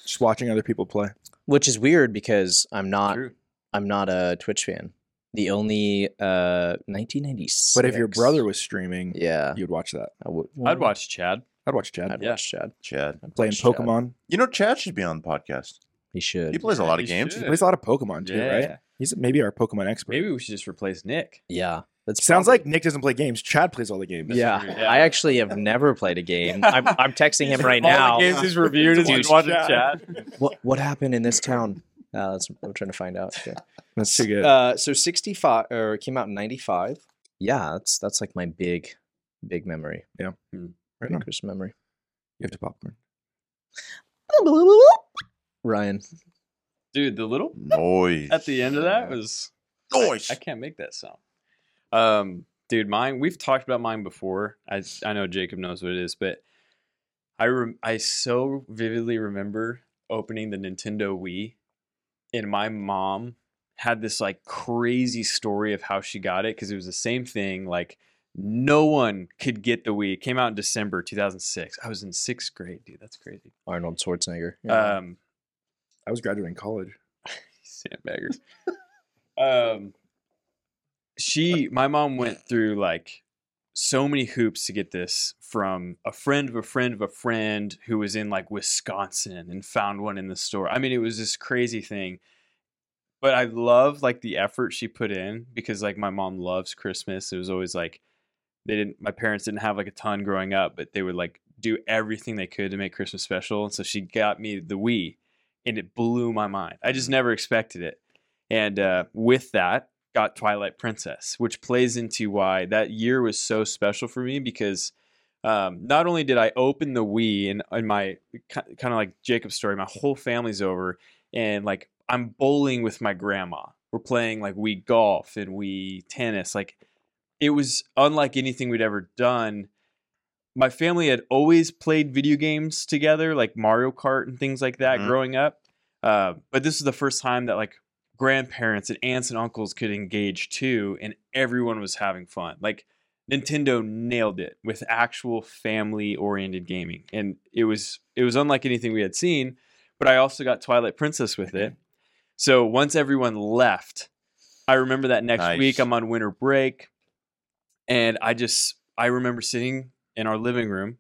A: Just watching other people play.
C: which is weird because I'm not
D: True.
C: I'm not a Twitch fan. The only uh 1996
A: But if your brother was streaming,
C: Yeah.
A: you'd watch that.
C: I would
D: I'd watch Chad.
A: I'd watch Chad
C: I'd
D: yeah.
C: watch Chad.
B: Chad,
C: I'd
A: playing
C: watch Chad.
A: Pokemon.
B: you know Chad should be on the podcast.
C: He should.
B: He plays a lot of
D: He
B: games.
D: should.
A: He plays a lot of Pokemon too, right?
D: Yeah.
A: He's maybe our Pokemon expert.
D: Maybe we should just replace Nick.
C: yeah. That's
A: Sounds
C: probably-
A: like Nick doesn't play games. Chad plays all the games.
C: yeah.
D: weird. Yeah.
C: I actually have never played a game. I'm, I'm texting him right now.
D: All the games he's reviewed is
C: Dude,
D: he's watching
A: Chad.
D: Chad.
C: What what happened in this town? Uh, that's I'm trying to find out. Yeah.
A: That's too good.
C: Uh, so 65 or it came out in 95. Yeah, that's that's like my big big memory.
A: Yeah.
D: Hmm.
A: Right
C: Right
A: on.
C: Christmas memory.
A: you have to popcorn.
C: Ryan.
D: Dude, the little
B: Noise
D: at the end of that was
B: noise.
D: I can't make that sound. Um, dude, mine. We've talked about mine before. I I know Jacob knows what it is, but I rem- I so vividly remember opening the Nintendo Wii, and my mom had this like crazy story of how she got it because it was the same thing. Like no one could get the Wii. It came out in December 2006. I was in sixth grade, dude. That's crazy.
C: Arnold Schwarzenegger.
D: Um,
A: I was graduating college.
D: sandbaggers. um, she, my mom went through like so many hoops to get this from a friend of a friend of a friend who was in like Wisconsin and found one in the store. I mean, it was this crazy thing. But I love like the effort she put in because like my mom loves Christmas. It was always like they didn't my parents didn't have like a ton growing up, but they would like do everything they could to make Christmas special. And so she got me the Wii and it blew my mind. I just never expected it. And uh, with that, got Twilight Princess, which plays into why that year was so special for me because um, not only did I open the Wii and, and my kind of like Jacob's story, my whole family's over and like I'm bowling with my grandma. We're playing like Wii golf and Wii tennis. Like it was unlike anything we'd ever done my family had always played video games together, like Mario Kart and things like that,
B: Mhm.
D: growing up. Uh, but this is the first time that like grandparents and aunts and uncles could engage too, and everyone was having fun. Like Nintendo nailed it with actual family-oriented gaming, and it was it was unlike anything we had seen. But I also got Twilight Princess with it. So once everyone left, I remember that next
B: Nice.
D: week I'm on winter break, and I just I remember sitting in our living room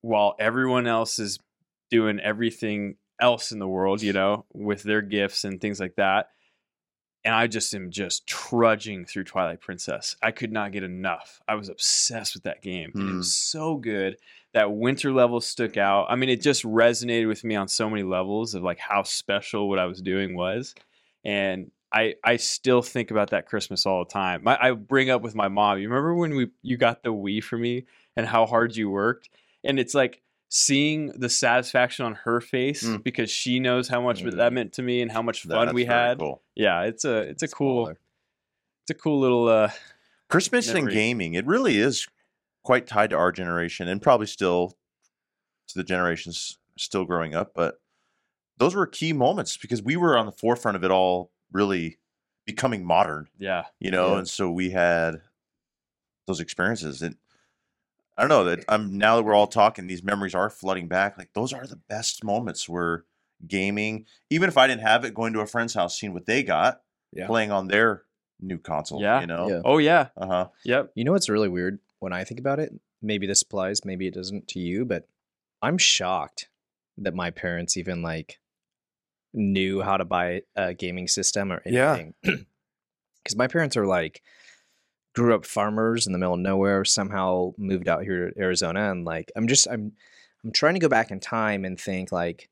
D: while everyone else is doing everything else in the world, you know, with their gifts and things like that. And I just am just trudging through Twilight Princess. I could not get enough. I was obsessed with that game. and It
B: Hmm.
D: was so good. That winter level stuck out. I mean, it just resonated with me on so many levels of like how special what I was doing was. And I I still think about that Christmas all the time. My, I bring up with my mom. You remember when we you got the Wii for me and how hard you worked? And it's like seeing the satisfaction on her face
B: Mm.
D: because she knows how much
C: Mm.
D: that meant to me and how much fun
B: That's
D: we
B: very
D: had.
B: Cool.
D: Yeah, it's a it's a cool
C: baller.
D: it's a cool little uh
B: Christmas and
D: Memories.
B: gaming. It really is quite tied to our generation and probably still to the generations still growing up. But those were key moments because we were on the forefront of it all, really becoming modern,
D: Yeah.
B: you know.
D: Yeah.
B: And so we had those experiences. And I don't know that I'm now that we're all talking, these memories are flooding back. Like those are the best moments where gaming, even if I didn't have it, going to a friend's house, seeing what they got,
A: Yeah.
B: playing on their new console,
D: Yeah.
B: you know.
C: Yeah.
D: Oh yeah.
B: Uh huh.
D: Yep.
C: You know what's really weird when I think about it? Maybe this applies, maybe it doesn't to you, but I'm shocked that my parents even like knew how to buy a gaming system or
A: Yeah.
C: anything. Cuz my parents are like grew up farmers in the middle of nowhere, somehow moved out here to Arizona and like I'm just I'm I'm trying to go back in time and think like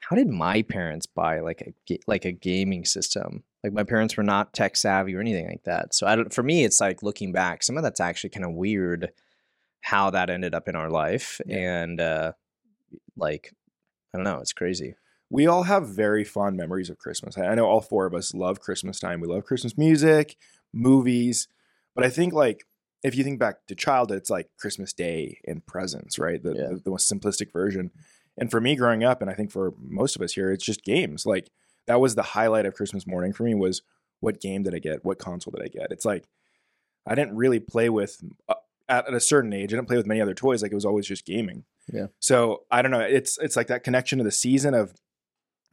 C: how did my parents buy like a ga- like a gaming system? Like my parents were not tech savvy or anything like that. So I don't. For me, it's like looking back. Some of that's actually kind of weird, how that ended up in our life, and uh, like I don't know. It's crazy.
A: we all have very fond memories of Christmas. I I know all four of us love Christmas time. We love Christmas music, movies, but I think like if you think back to childhood, it's like Christmas Day and presents, right? The,
C: Yeah.
A: the, the most simplistic version. And for me growing up, and I think for most of us here, it's just games. Like that was the highlight of Christmas morning for me was what game did I get? What console did I get? It's like I didn't really play with uh, at, at a certain age. I didn't play with many other toys. Like it was always just gaming.
C: Yeah.
A: So I don't know. It's it's like that connection to the season of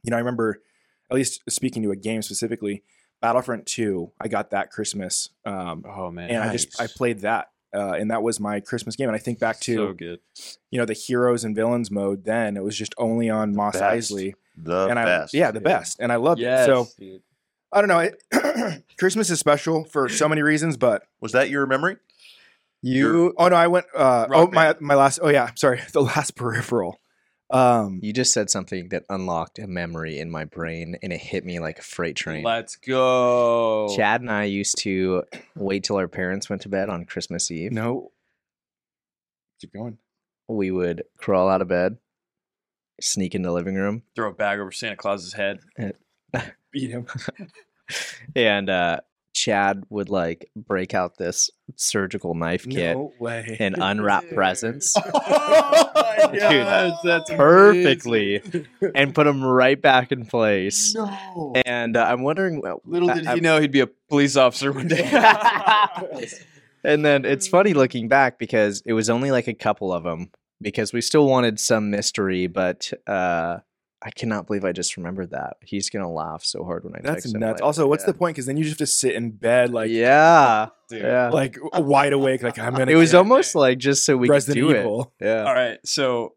A: you know, I remember at least speaking to a game specifically, Battlefront 2, I got that Christmas. Um,
D: Oh man.
A: and I just I
B: Nice.
A: played that. Uh, and that was my Christmas game. And I think back to
D: so good.
A: you know the heroes and villains mode. Then it was just only on Moss
B: best.
A: Isley,
B: The
A: and I
B: best.
A: yeah the
D: yeah.
A: best, and I loved it. So
D: dude.
A: I don't know. It, Christmas is special for so many reasons, but
B: Was that your memory?
A: you oh no I went uh,
B: Rock
A: oh my my last oh yeah I'm sorry the last peripheral. Um,
C: You just said something that unlocked a memory in my brain, and it hit me like a freight train.
D: Let's go.
C: Chad and I used to wait till our parents went to bed on Christmas Eve.
A: no, keep going.
C: We would crawl out of bed, sneak in the living room,
D: Throw a bag over Santa Claus's head.
A: Beat him.
C: and uh, Chad would like break out this surgical knife kit
A: No way.
C: and unwrap presents
A: Oh,
D: Dude,
A: gosh,
D: that's
C: perfectly and put them right back in place.
B: No.
C: And uh, I'm wondering, well,
D: Little
C: I-
D: did he
C: I'm-
D: know he'd be a police officer one day.
C: and then it's funny looking back because it was only like a couple of them because we still wanted some mystery, but uh, I cannot believe I just remembered that. He's gonna laugh so hard when I
A: That's
C: text him
A: nuts.
C: later.
A: Also, what's
C: Yeah.
A: the point? Because then you just have to sit in bed, like
C: yeah, yeah.
A: like wide awake, like I'm gonna.
C: it was
A: get
C: almost like just so we could
A: Resident
C: do it.
A: Evil.
C: Yeah.
D: All right, so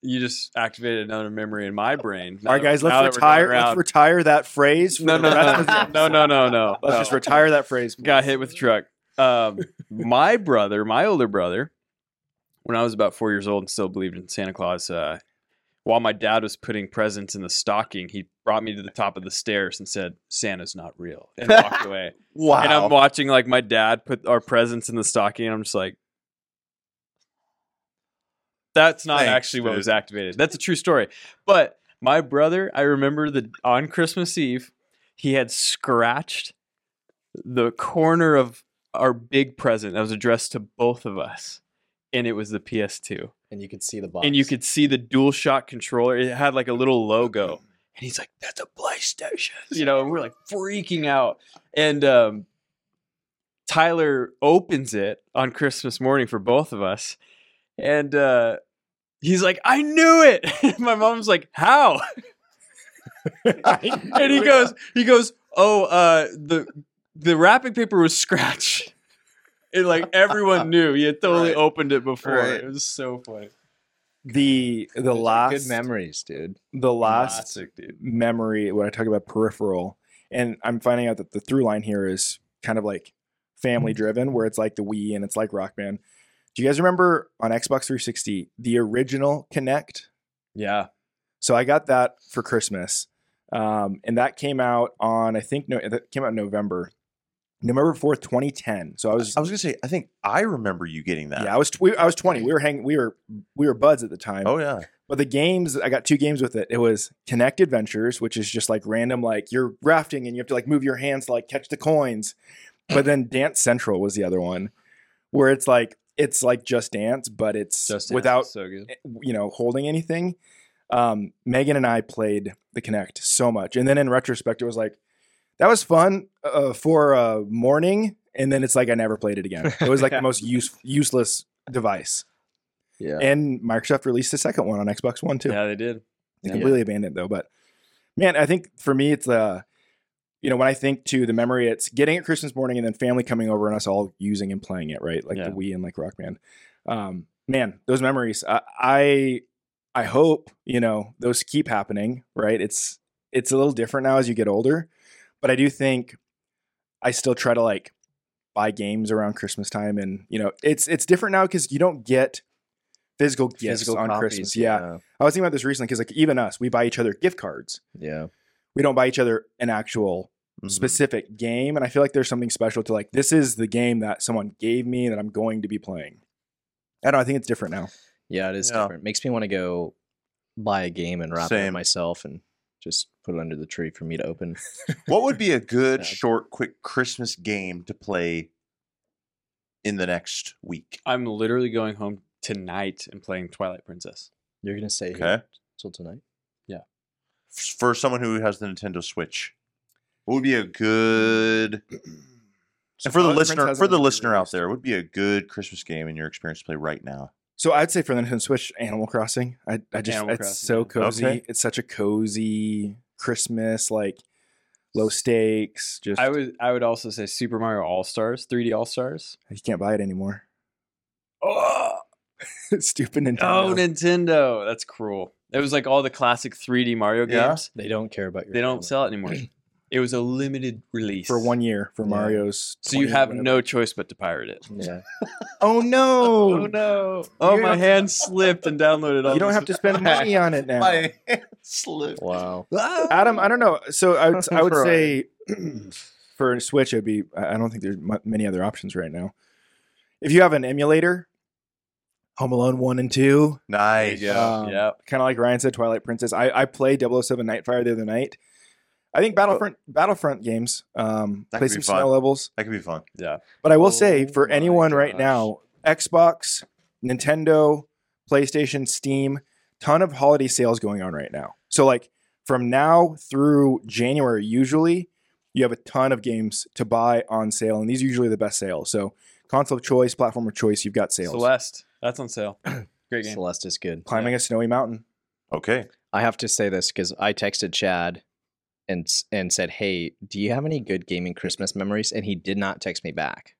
D: you just activated another memory in my brain.
A: All right, guys, let's retire. Let's retire that phrase. for
D: no,
A: the
D: no,
A: rest of the-
D: no, no, no, no, no.
A: Let's
D: no.
A: just retire that phrase.
D: Oh. Got hit with a truck. Um, my brother, my older brother, when I was about four years old and still believed in Santa Claus, uh, while my dad was putting presents in the stocking, he brought me to the top of the stairs and said, "Santa's not real," and walked away.
B: Wow.
D: And I'm watching like my dad put our presents in the stocking, and I'm just like, that's not
B: Thanks,
D: actually what
B: dude.
D: was activated. That's a true story. But my brother, I remember that on Christmas Eve, he had scratched the corner of our big present that was addressed to both of us. And it was the PS2.
C: And you could see the box.
D: And you could see the dual shot controller. It had like a little logo.
B: Mm-hmm.
D: And he's like, that's a PlayStation. You know, and we're like freaking out. And um, Tyler opens it on Christmas morning for both of us. And uh, he's like, I knew it. My mom's like, how? and he goes, he goes, oh, uh, the the wrapping paper was scratched. And like everyone knew, he had totally
B: Right.
D: opened it before.
B: Right.
D: It was so funny.
A: the the
C: good
A: last
C: memories, dude.
A: the last
D: Classic, dude.
A: memory when I talk about peripheral, and I'm finding out that the through line here is kind of like
B: Mm-hmm.
A: family driven, where it's like the Wii and it's like Rock Band. Do you guys remember on Xbox 360 the original Connect?
D: Yeah.
A: So I got that for Christmas, um, and that came out on I think no, that came out in November, November fourth, twenty ten. So I was,
B: I was gonna say, I think I remember you getting that.
A: yeah, I was, tw- we, I was twenty. We were hanging, we were, we were buds at the time.
B: Oh yeah.
A: But the games, I got two games with it. It was Connect Adventures, which is just like random, like you're rafting and you have to like move your hands to like catch the coins. But then Dance Central was the other one, where it's like it's like Just Dance, but it's
D: Just Dance
A: without
D: is so good.
A: you know holding anything. Um, Megan and I played the Connect so much, and then in retrospect, it was like that was fun uh, for a morning, and then it's like I never played it again. It was like
D: Yeah.
A: the most use- useless device.
C: Yeah.
A: And Microsoft released the second one on Xbox One too.
D: Yeah, they did.
A: They
D: Yeah.
A: completely abandoned it though. But man, I think for me, it's the you know when I think to the memory, it's getting it Christmas morning and then family coming over and us all using and playing it, right? Like
D: Yeah.
A: the Wii and like Rock Band. Um, man, those memories. I, I I hope you know those keep happening, right? It's it's a little different now as you get older, but I do think I still try to like buy games around Christmas time, and you know it's it's different now because you don't get physical gifts on Christmas. yeah, I was thinking about this recently because like even us, we buy each other gift cards.
C: Yeah.
A: We don't buy each other an actual
D: Mm-hmm.
B: Mhm.
A: specific game. And I feel like there's something special to like this is the game that someone gave me that I'm going to be playing. I don't know. I think it's different now.
C: Yeah, it is
B: Yeah.
C: different. Makes me want to go buy a game and wrap it up
B: Same.
C: myself and just put it under the tree for me to open.
B: What would be a good,
C: Yeah.
B: short, quick Christmas game to play in the next week?
D: I'm literally going home tonight and playing Twilight Princess.
C: You're gonna stay here
B: Okay.
C: till tonight.
B: F- For someone who has the Nintendo Switch, what would be a good and for the
A: Twilight Princess
B: listener
A: hasn't
B: for the
A: been
B: listener out
A: released.
B: there, would be a good Christmas game in your experience to play right now?
A: So I'd say for the Nintendo Switch, Animal Crossing. I, I just
D: Animal
A: it's
D: Crossing,
A: so
D: yeah.
A: cozy.
B: Okay.
A: It's such a cozy Christmas, like low stakes. Just
D: I would I would also say Super Mario All Stars, 3D All Stars.
A: you can't buy it anymore.
D: Oh,
A: Stupid Nintendo.
D: oh, Nintendo, that's cruel. It was like all the classic 3D Mario
B: Yeah.
D: games.
C: They don't care about your.
D: They don't
C: family.
D: sell it anymore. It was a limited release
A: for one year for
C: Yeah.
A: Mario's.
D: so you
A: 20
D: have
A: whatever.
D: no choice but to pirate it.
C: Yeah.
A: Oh no!
D: Oh no! Oh,
A: You
D: my
A: don't-
D: hand slipped and downloaded all.
A: You don't
D: this-
A: have to spend money on it now.
B: My hand slipped.
C: Wow.
A: Adam, I don't know. So I would, I would
B: Right.
A: say for Switch, it'd be. I I don't think there's mu- many other options right now. If you have an emulator, Home Alone one and two,
B: Nice.
D: Yeah.
A: Um,
D: yep.
A: kind of like Ryan said, Twilight Princess. I I played 007 Nightfire the other night. I think Battlefront Battlefront games um,
B: That
A: play
B: could be
A: some
B: fun.
A: snow levels.
B: That could be fun.
D: Yeah.
A: But I will
D: Oh
A: say for
D: my
A: anyone right
D: gosh.
A: now, Xbox, Nintendo, PlayStation, Steam, ton of holiday sales going on right now. So like from now through January, usually you have a ton of games to buy on sale, and these are usually the best sales. So console of choice, platform of choice, you've got sales.
D: Celeste, that's on sale. Great game.
C: Celeste is good.
A: Climbing a snowy mountain.
B: Okay.
C: I have to say this because I texted Chad and s- and said, "Hey, do you have any good gaming Christmas memories?" And he did not text me back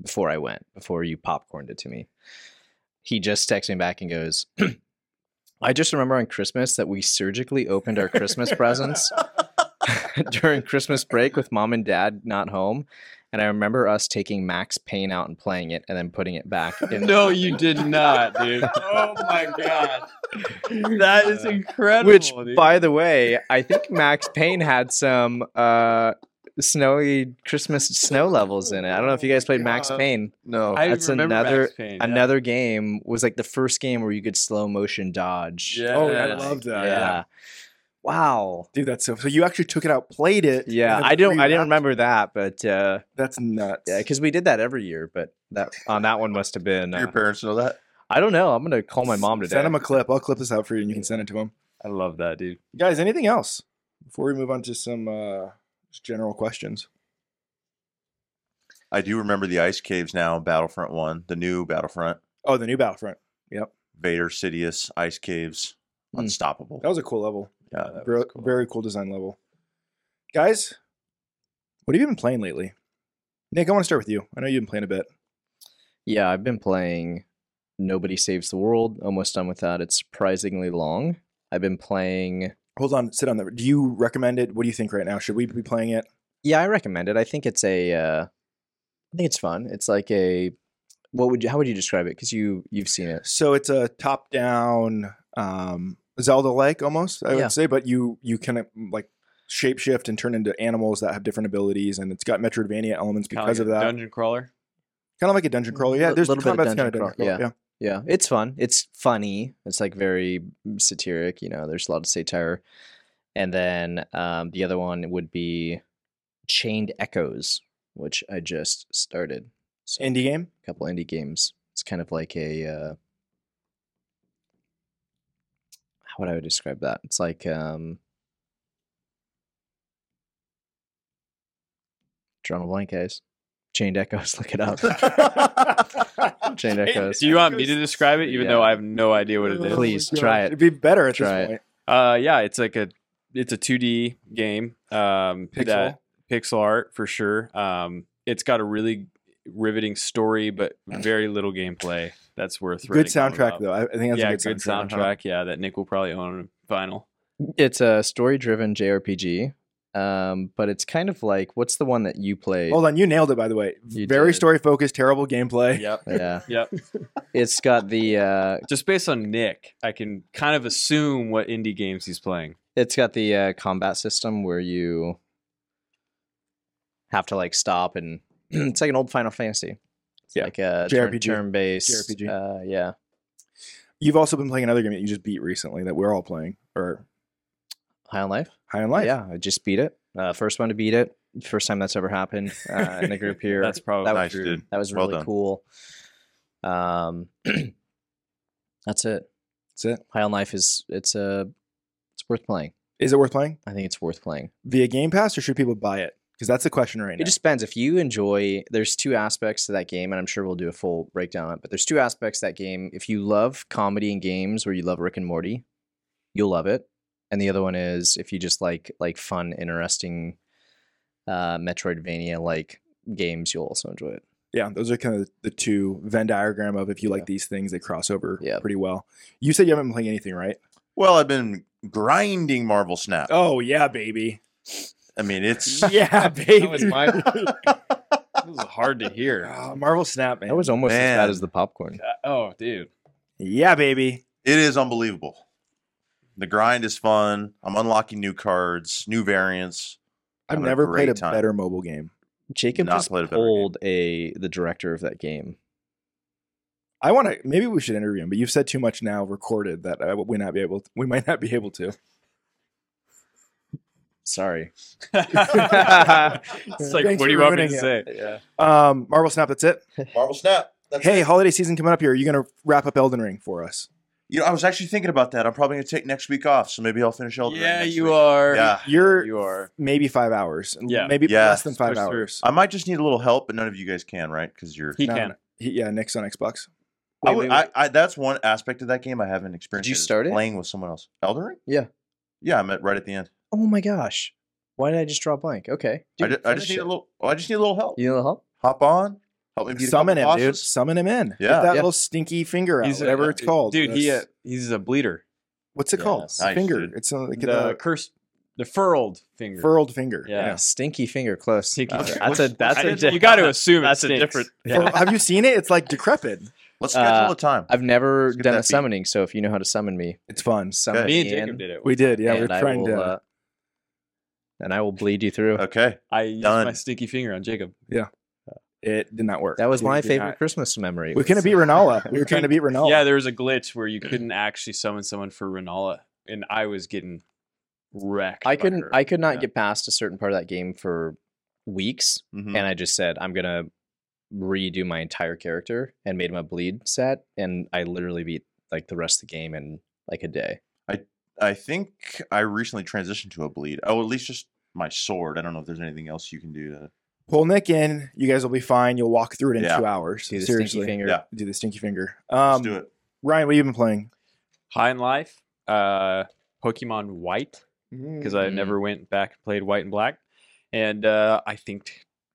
C: before I went. Before you popcorned it to me, he just texted me back and goes. I just remember on Christmas that we surgically opened our Christmas presents during Christmas break with mom and dad not home. And I remember us taking Max Payne out and playing it and then putting it back in.
D: No, you did not, dude. Oh my god, Uh, that is incredible.
C: Which,
D: dude.
C: by the way, I think Max Payne had some uh, snowy Christmas snow levels in it. I don't know if you guys played Max
B: God.
C: Payne.
B: No.
D: I
C: that's
D: remember
C: another-
D: Max Payne, yeah.
C: Another game was like the first game where you could slow motion dodge.
A: Oh, I
D: Yes.
A: love that.
C: Yeah. Wow.
A: Dude, that's so. So you actually took it out, played it.
C: Yeah,
A: and then
C: I don't. I didn't
A: rewrapped
C: remember that, but uh,
A: it. That's nuts.
C: yeah, because we did that every year. But that on that one must have been.
B: Do
C: Uh,
B: your parents know that?
C: I don't know. I'm gonna call my mom today.
A: Send him a clip. I'll clip this out for you, and you can send it to him.
D: I love that, dude.
A: Guys, anything else before we move on to some uh, just general questions?
B: I do remember the ice caves now in Battlefront 1, the new Battlefront,
A: Oh, the new Battlefront.
B: Vader, Sidious, ice caves,
D: Hmm.
C: Mm.
B: unstoppable.
A: That was a cool level.
B: yeah.
D: that
A: Ver-
D: was cool.
A: Very cool design level. Guys, what have you been playing lately? Nick, I want to start with you. I know you've been playing a bit.
C: Yeah, I've been playing Nobody Saves the World. Almost done with that. It's surprisingly long. I've been playing.
A: Hold on, sit on the. Do you recommend it? What do you think right now? Should we be playing it?
C: Yeah, I recommend it. I think it's a. Uh, I think it's fun. It's like a. What would you? How would you describe it? Because you you've seen it.
A: So it's a top-down um, Zelda-like almost, I
C: Yeah.
A: would say, but you you can uh, like shapeshift and turn into animals that have different abilities, and it's got Metroidvania elements
D: Kinda
A: because
D: like
A: of
D: a
A: that.
D: Dungeon crawler.
A: kind of like a dungeon crawler. Yeah,
C: Li-
A: there's
C: little bit of
A: combat's kind
C: dungeon
A: of dungeon
C: crawl,
A: crawler. Yeah.
C: Yeah, it's fun. It's funny. It's like very satiric. You know, there's a lot of satire. And then um, the other one would be Chained Echoes, which I just started. So
A: indie game.
C: a couple indie games. It's kind of like a uh, how would I would describe that? It's like um, drum a blank guys, chained echoes. Look it up. Chained echoes.
D: Do you want me to describe it, even
C: Yeah.
D: though I have no idea what it is?
C: Please try it.
A: Oh It'd be better at
C: Try
A: this
C: it.
A: point.
D: Uh, yeah, it's like a it's a 2D game. Um,
A: Pixel.
D: that- pixel art for sure. Um, it's got a really riveting story, but very little gameplay. That's worth
A: Good
D: writing home
A: soundtrack
D: about.
A: though. I I think that's
D: yeah,
A: a good, soundtrack. huh?
D: Yeah, that Nick will probably own on vinyl.
C: It's a story-driven JRPG, um, but it's kind of like what's the one that you played?
A: Hold on, you nailed it by the way.
C: You
A: Very
C: did.
A: story focused, terrible gameplay.
D: Yep.
C: Yeah,
D: Yep.
C: it's got the uh,
D: Just based on Nick, I can kind of assume what indie games he's playing.
C: It's got the uh, combat system where you have to like stop and it's like an old Final Fantasy. It's
A: Yeah.
C: like a
A: JRPG.
C: turn based.
A: JRPG.
C: Uh, yeah.
A: You've also been playing another game that you just beat recently that we're all playing, or
C: High on Life.
A: High on Life.
C: Yeah, I just beat it. Uh, first one to beat it. First time that's ever happened uh, in the group here.
D: That's probably
C: that
B: nice,
C: was
B: dude.
C: that was
B: Well
C: really
B: done.
C: cool. Um, that's it.
A: That's it.
C: High on Life is it's a it's worth playing.
A: Is it worth playing
C: I think it's worth playing.
A: via Game Pass, or should people buy it? Because that's the question right now.
C: It just depends. If you enjoy, there's two aspects to that game, and I'm sure we'll do a full breakdown on it. But there's two aspects to that game. If you love comedy and games where you love Rick and Morty, you'll love it. And the other one is if you just like like fun, interesting, uh, Metroidvania like games, you'll also enjoy it.
A: yeah, those are kind of the two Venn diagram of if you like these things, they cross over
C: Yeah.
A: pretty well. You said you haven't been playing anything, right?
B: Well, I've been grinding Marvel Snap.
A: Oh yeah, baby.
B: I mean, it's
A: yeah, baby.
D: This is hard to hear.
A: Ah, Marvel Snap, man.
C: That was almost as
B: Man.
C: bad as the popcorn.
D: Uh, oh, dude.
A: yeah, baby.
B: it is unbelievable. The grind is fun. I'm unlocking new cards, new variants.
A: I've
B: Having a
A: never played
B: great
A: a
B: time.
A: better mobile game.
C: Jacob
B: Not
C: just
B: played a better game.
C: pulled a the director of that game.
A: I want to. Maybe we should interview him, but you've said too much now, recorded that I, we not be able. we might not be able to.
C: Sorry.
D: it's like,
A: Thanks for
D: what do you want me
A: ruining
D: to
A: it.
D: say?
C: Yeah.
A: Um, Marvel Snap. That's it.
B: Marvel Snap. That's
A: Hey, holiday season coming up here. Are you going to wrap up Elden Ring for us?
B: You know, I was actually thinking about that. I'm probably gonna take next week off, so maybe I'll finish Elden Ring
D: Yeah,
B: next
D: you
B: week.
D: are.
B: Yeah,
A: You're
D: You are.
A: maybe five hours.
D: Yeah.
A: maybe
B: Yeah.
A: less than five
D: Push through.
A: hours.
B: I might just need a little help, but none of you guys can, right? Because you're.
D: He
A: No,
D: can.
A: no. He- yeah, Nick's on Xbox.
B: I, would, I, I, that's one aspect of that game I haven't experienced.
C: you
B: yet, is
C: start it?
B: playing with someone else? Elden Ring?
C: Yeah.
B: Yeah, I'm at right at the end.
C: Oh my gosh. Why did I just draw a blank? Okay.
B: I,
C: Dude,
B: ju- I just
C: finish
B: need
C: it.
B: a little. Oh, I just need a little help.
C: You need a little help?
B: Hop on. Help me beat a
A: Summon him,
B: couple
A: dude.
B: bosses.
A: Summon him in. Get
B: Yeah.
A: that
C: Yeah.
A: little stinky finger out,
D: He's a-
A: whatever it's called.
D: Dude, he, uh,
A: That's-
D: he's a bleeder.
A: what's it called?
C: Yes.
B: Nice,
A: finger.
B: dude.
A: It's uh, like
D: the
A: a
D: cursed, the furled finger.
A: furled finger.
D: Yeah.
A: Yeah.
C: Stinky finger, close.
D: Stinky
C: Uh,
D: finger.
C: that's a
B: What's-
C: that's
B: I
C: a
B: didn't-
C: di-
D: you got to assume it
C: that's a
D: stinks.
C: different-
A: Fur- have you seen it? It's like decrepit.
B: Let's schedule
C: Uh,
B: a time.
C: I've never
B: Let's get
C: done
B: that
C: a
B: beat.
C: summoning, so if you know how to summon me,
A: It's fun.
C: summon
B: Good.
D: Me
C: me
D: and Jacob
C: in,
D: did it.
A: We did. Yeah, we
C: and
A: were
C: I
A: trying
C: will,
A: to.
C: uh, and I will bleed you through.
B: okay.
D: I used
B: Done.
D: my stinky finger on Jacob.
A: it did not work.
C: That was
A: It
C: my
A: did
C: favorite
A: not-
C: Christmas memory.
A: We couldn't beat Renala. We were trying to beat Renala.
D: Yeah, there was a glitch where you couldn't actually summon someone for Renala, and I was getting wrecked.
C: I
D: by
C: couldn't.
D: her.
C: I could not
D: Yeah.
C: get past a certain part of that game for weeks,
A: Mm.
B: Mhm.
C: and I just said I'm gonna redo my entire character and made my bleed set, and I literally beat like the rest of the game in like a day.
B: I think I recently transitioned to a bleed. Oh, at least just my sword. I don't know if there's anything else you can do to.
A: Pull Nick in. You guys will be fine. You'll walk through it in
B: Yeah.
A: two hours.
C: Do the
A: Seriously.
C: stinky finger.
B: Yeah.
A: Do the stinky finger.
B: Let's
A: Um,
B: do it.
A: Ryan, what have you been playing?
D: High in life, uh, Pokemon White, because I
C: Mm.
D: never went back and played White and Black, and uh, I think t-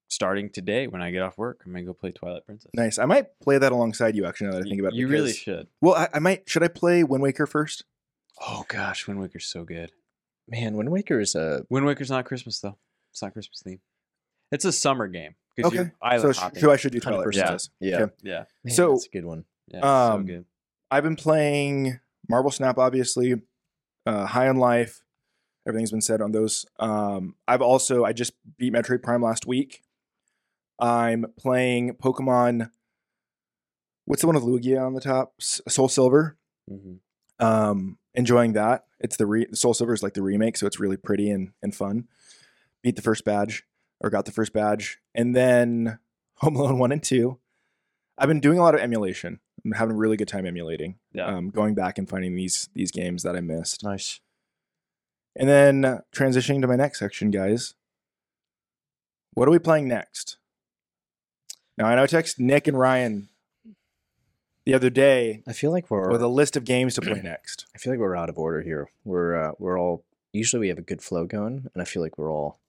D: starting today when I get off work, I'm gonna go play Twilight Princess.
A: Nice. I might play that alongside you. Actually, now that I think about it,
D: you really
A: because-
D: should.
A: Well, I, I might. Should I play Wind Waker first?
D: Oh gosh, Wind Waker's so good.
C: Man, Wind Waker is a
D: Wind Waker's not Christmas though. It's not Christmas themed. It's a summer game. 'cause you're
A: Okay. So
D: Island
A: sh-
D: hopping.
A: so I should do Twilight
C: 100%.
A: Princess.
C: Yeah.
A: Okay.
D: yeah.
C: Man,
A: So-
C: that's a good one.
D: Yeah. it's
A: Um,
D: so good.
A: I've been playing Marvel Snap, obviously. Uh, High on Life. Everything's been said on those. Um, I've also I just beat Metroid Prime last week. I'm playing Pokemon. What's the one with Lugia on the top? S- Soul Silver.
D: Mhm.
A: um enjoying that it's the re- soul silver is like the remake so it's really pretty and and fun beat the first badge or got the first badge and then home alone 1 and 2 I've been doing a lot of emulation. I'm having a really good time emulating.
D: Yeah.
A: Um, going back and finding these these games that I missed,
B: Nice.
A: and then uh, transitioning to my next section, guys. What are we playing next? Now I know I text Nick and Ryan the other day
C: I feel like we're
A: with a list of games to play next.
C: I feel like we're out of order here. We're uh, we're all usually we have a good flow going, and I feel like we're all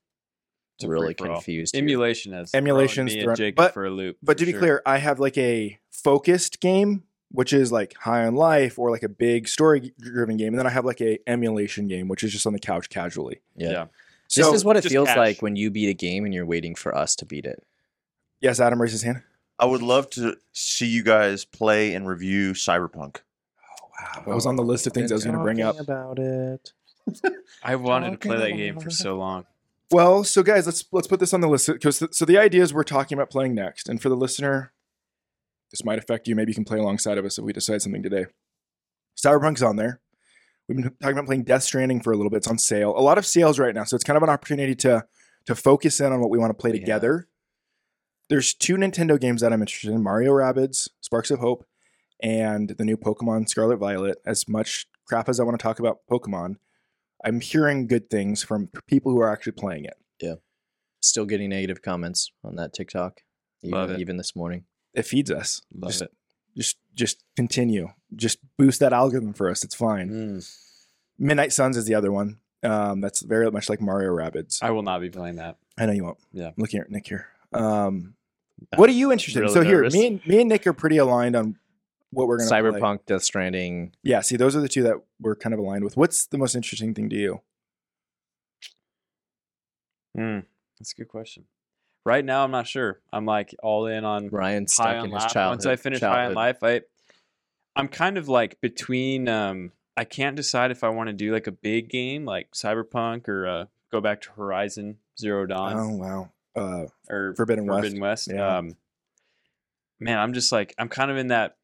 D: It's a
C: really
D: free-for-all.
C: confused. here.
D: Emulation has thrown
A: Emulation's
D: me
A: thrown-
D: and Jacob
A: but-
D: for a loop.
A: But
D: for
A: to be
D: sure.
A: clear, I have like a focused game, which is like high on life or like a big story driven game. And then I have like a emulation game, which is just on the couch casually.
C: Yeah.
D: Yeah.
C: This
A: So-
C: is what it
D: just
C: feels
D: cash.
C: like when you beat a game and you're waiting for us to beat it.
A: Yes, Adam raised his hand.
B: I would love to see you guys play and review Cyberpunk.
A: Wow. That was on the list of things I was going to bring up.
C: about it.
D: I wanted to play that game for so long.
A: Well, so guys, let's let's put this on the list 'cause th- so the ideas we're talking about playing next, and for the listener, this might affect you. Maybe you can play alongside of us if we decide something today. Cyberpunk's on there. We've been talking about playing Death Stranding for a little bit. It's on sale. A lot of sales right now, so it's kind of an opportunity to to focus in on what we want to play
C: We have.
A: together. There's two Nintendo games that I'm interested in: Mario Rabbids, Sparks of Hope, and the new Pokemon Scarlet Violet. As much crap as I want to talk about Pokemon, I'm hearing good things from people who are actually playing it.
C: Still getting negative comments on that TikTok, even,
D: Love it.
C: even this morning.
A: it feeds us.
D: Love
A: just,
D: it.
A: Just just continue. Just boost that algorithm for us. It's fine.
C: Mm.
A: Midnight Suns is the other one. Um, that's very much like Mario Rabbids. I,
D: I will not be playing that.
A: know you won't.
D: Yeah.
A: I'm looking at Nick here. Um, what are you interested in? So here, me and me and Nick are pretty aligned on what we're gonna play.
C: Cyberpunk, Death Stranding.
A: Yeah, see, those are the two that we're kind of aligned with. What's the most interesting thing to you?
D: Mm, that's a good question. Right now, I'm not sure. I'm like all in on
C: Ryan
D: high
C: stuck
D: on
C: in his
D: life.
C: childhood.
D: Once I finish high on
C: childhood.
D: life, I I'm kind of like between. Um, I can't decide if I want to do like a big game like Cyberpunk or uh, go back to Horizon Zero Dawn
A: Oh wow. Uh,
C: Oh,
D: or
A: Forbidden West.
D: Forbidden West.
A: Yeah.
D: Um, man, I'm just like I'm kind of in that.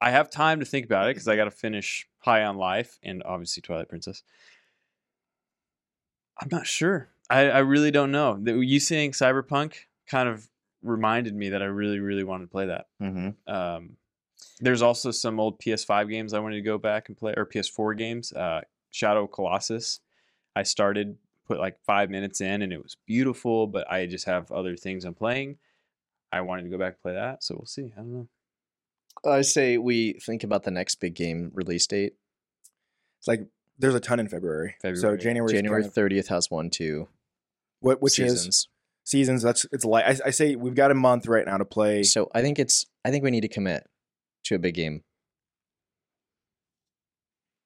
D: I have time to think about it because I got to finish High on Life and obviously Twilight Princess. I'm not sure. I, I really don't know. The- You saying Cyberpunk kind of reminded me that I really, really wanted to play that.
B: Mm-hmm.
D: Um, there's also some old PS5 games I wanted to go back and play, or PS4 games. Uh, Shadow of Colossus. I started, put like five minutes in, and it was beautiful, but I just have other things I'm playing. I wanted to go back and play that, so we'll see. I don't know.
C: I say we think about the next big game release date.
A: it's like there's a ton in February. So
D: February.
A: January,
C: January
A: January,
C: 30th has one, two.
A: what which is
C: seasons.
A: seasons. That's it's like I, I say we've got a month right now to play.
C: So I think it's I think we need to commit to a big game.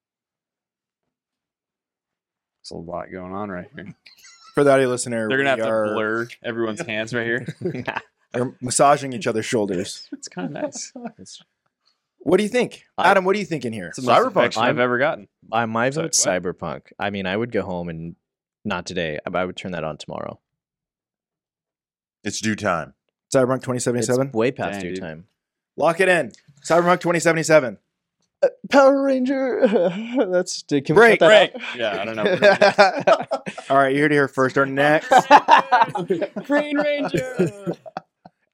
D: There's a lot going on right here.
A: For the audio listener,
D: They're gonna have
A: we are,
D: to blur everyone's hands right here.
A: are massaging each other's shoulders.
D: It's kind of nice.
C: It's-
A: What do you think,
C: I-
A: Adam? What do you think in here?
D: It's the most
B: Cyberpunk,
D: affection I've
C: I'm-
D: ever gotten.
C: I my
D: So,
C: vote's
D: what?
C: Cyberpunk. I mean, I would go home and not today, but I would turn that on tomorrow.
B: It's due time.
A: Cyberpunk
C: It's
A: 2077.
C: way past
D: Dang,
C: due
D: dude.
C: time.
A: Lock it in. Cyberpunk 2077.
C: Power Ranger. That's did can
A: Break,
C: we
D: Right?
C: cut
D: Yeah, I don't know.
C: that out?
A: All right, you're here to hear first. Our next,
D: Green Ranger.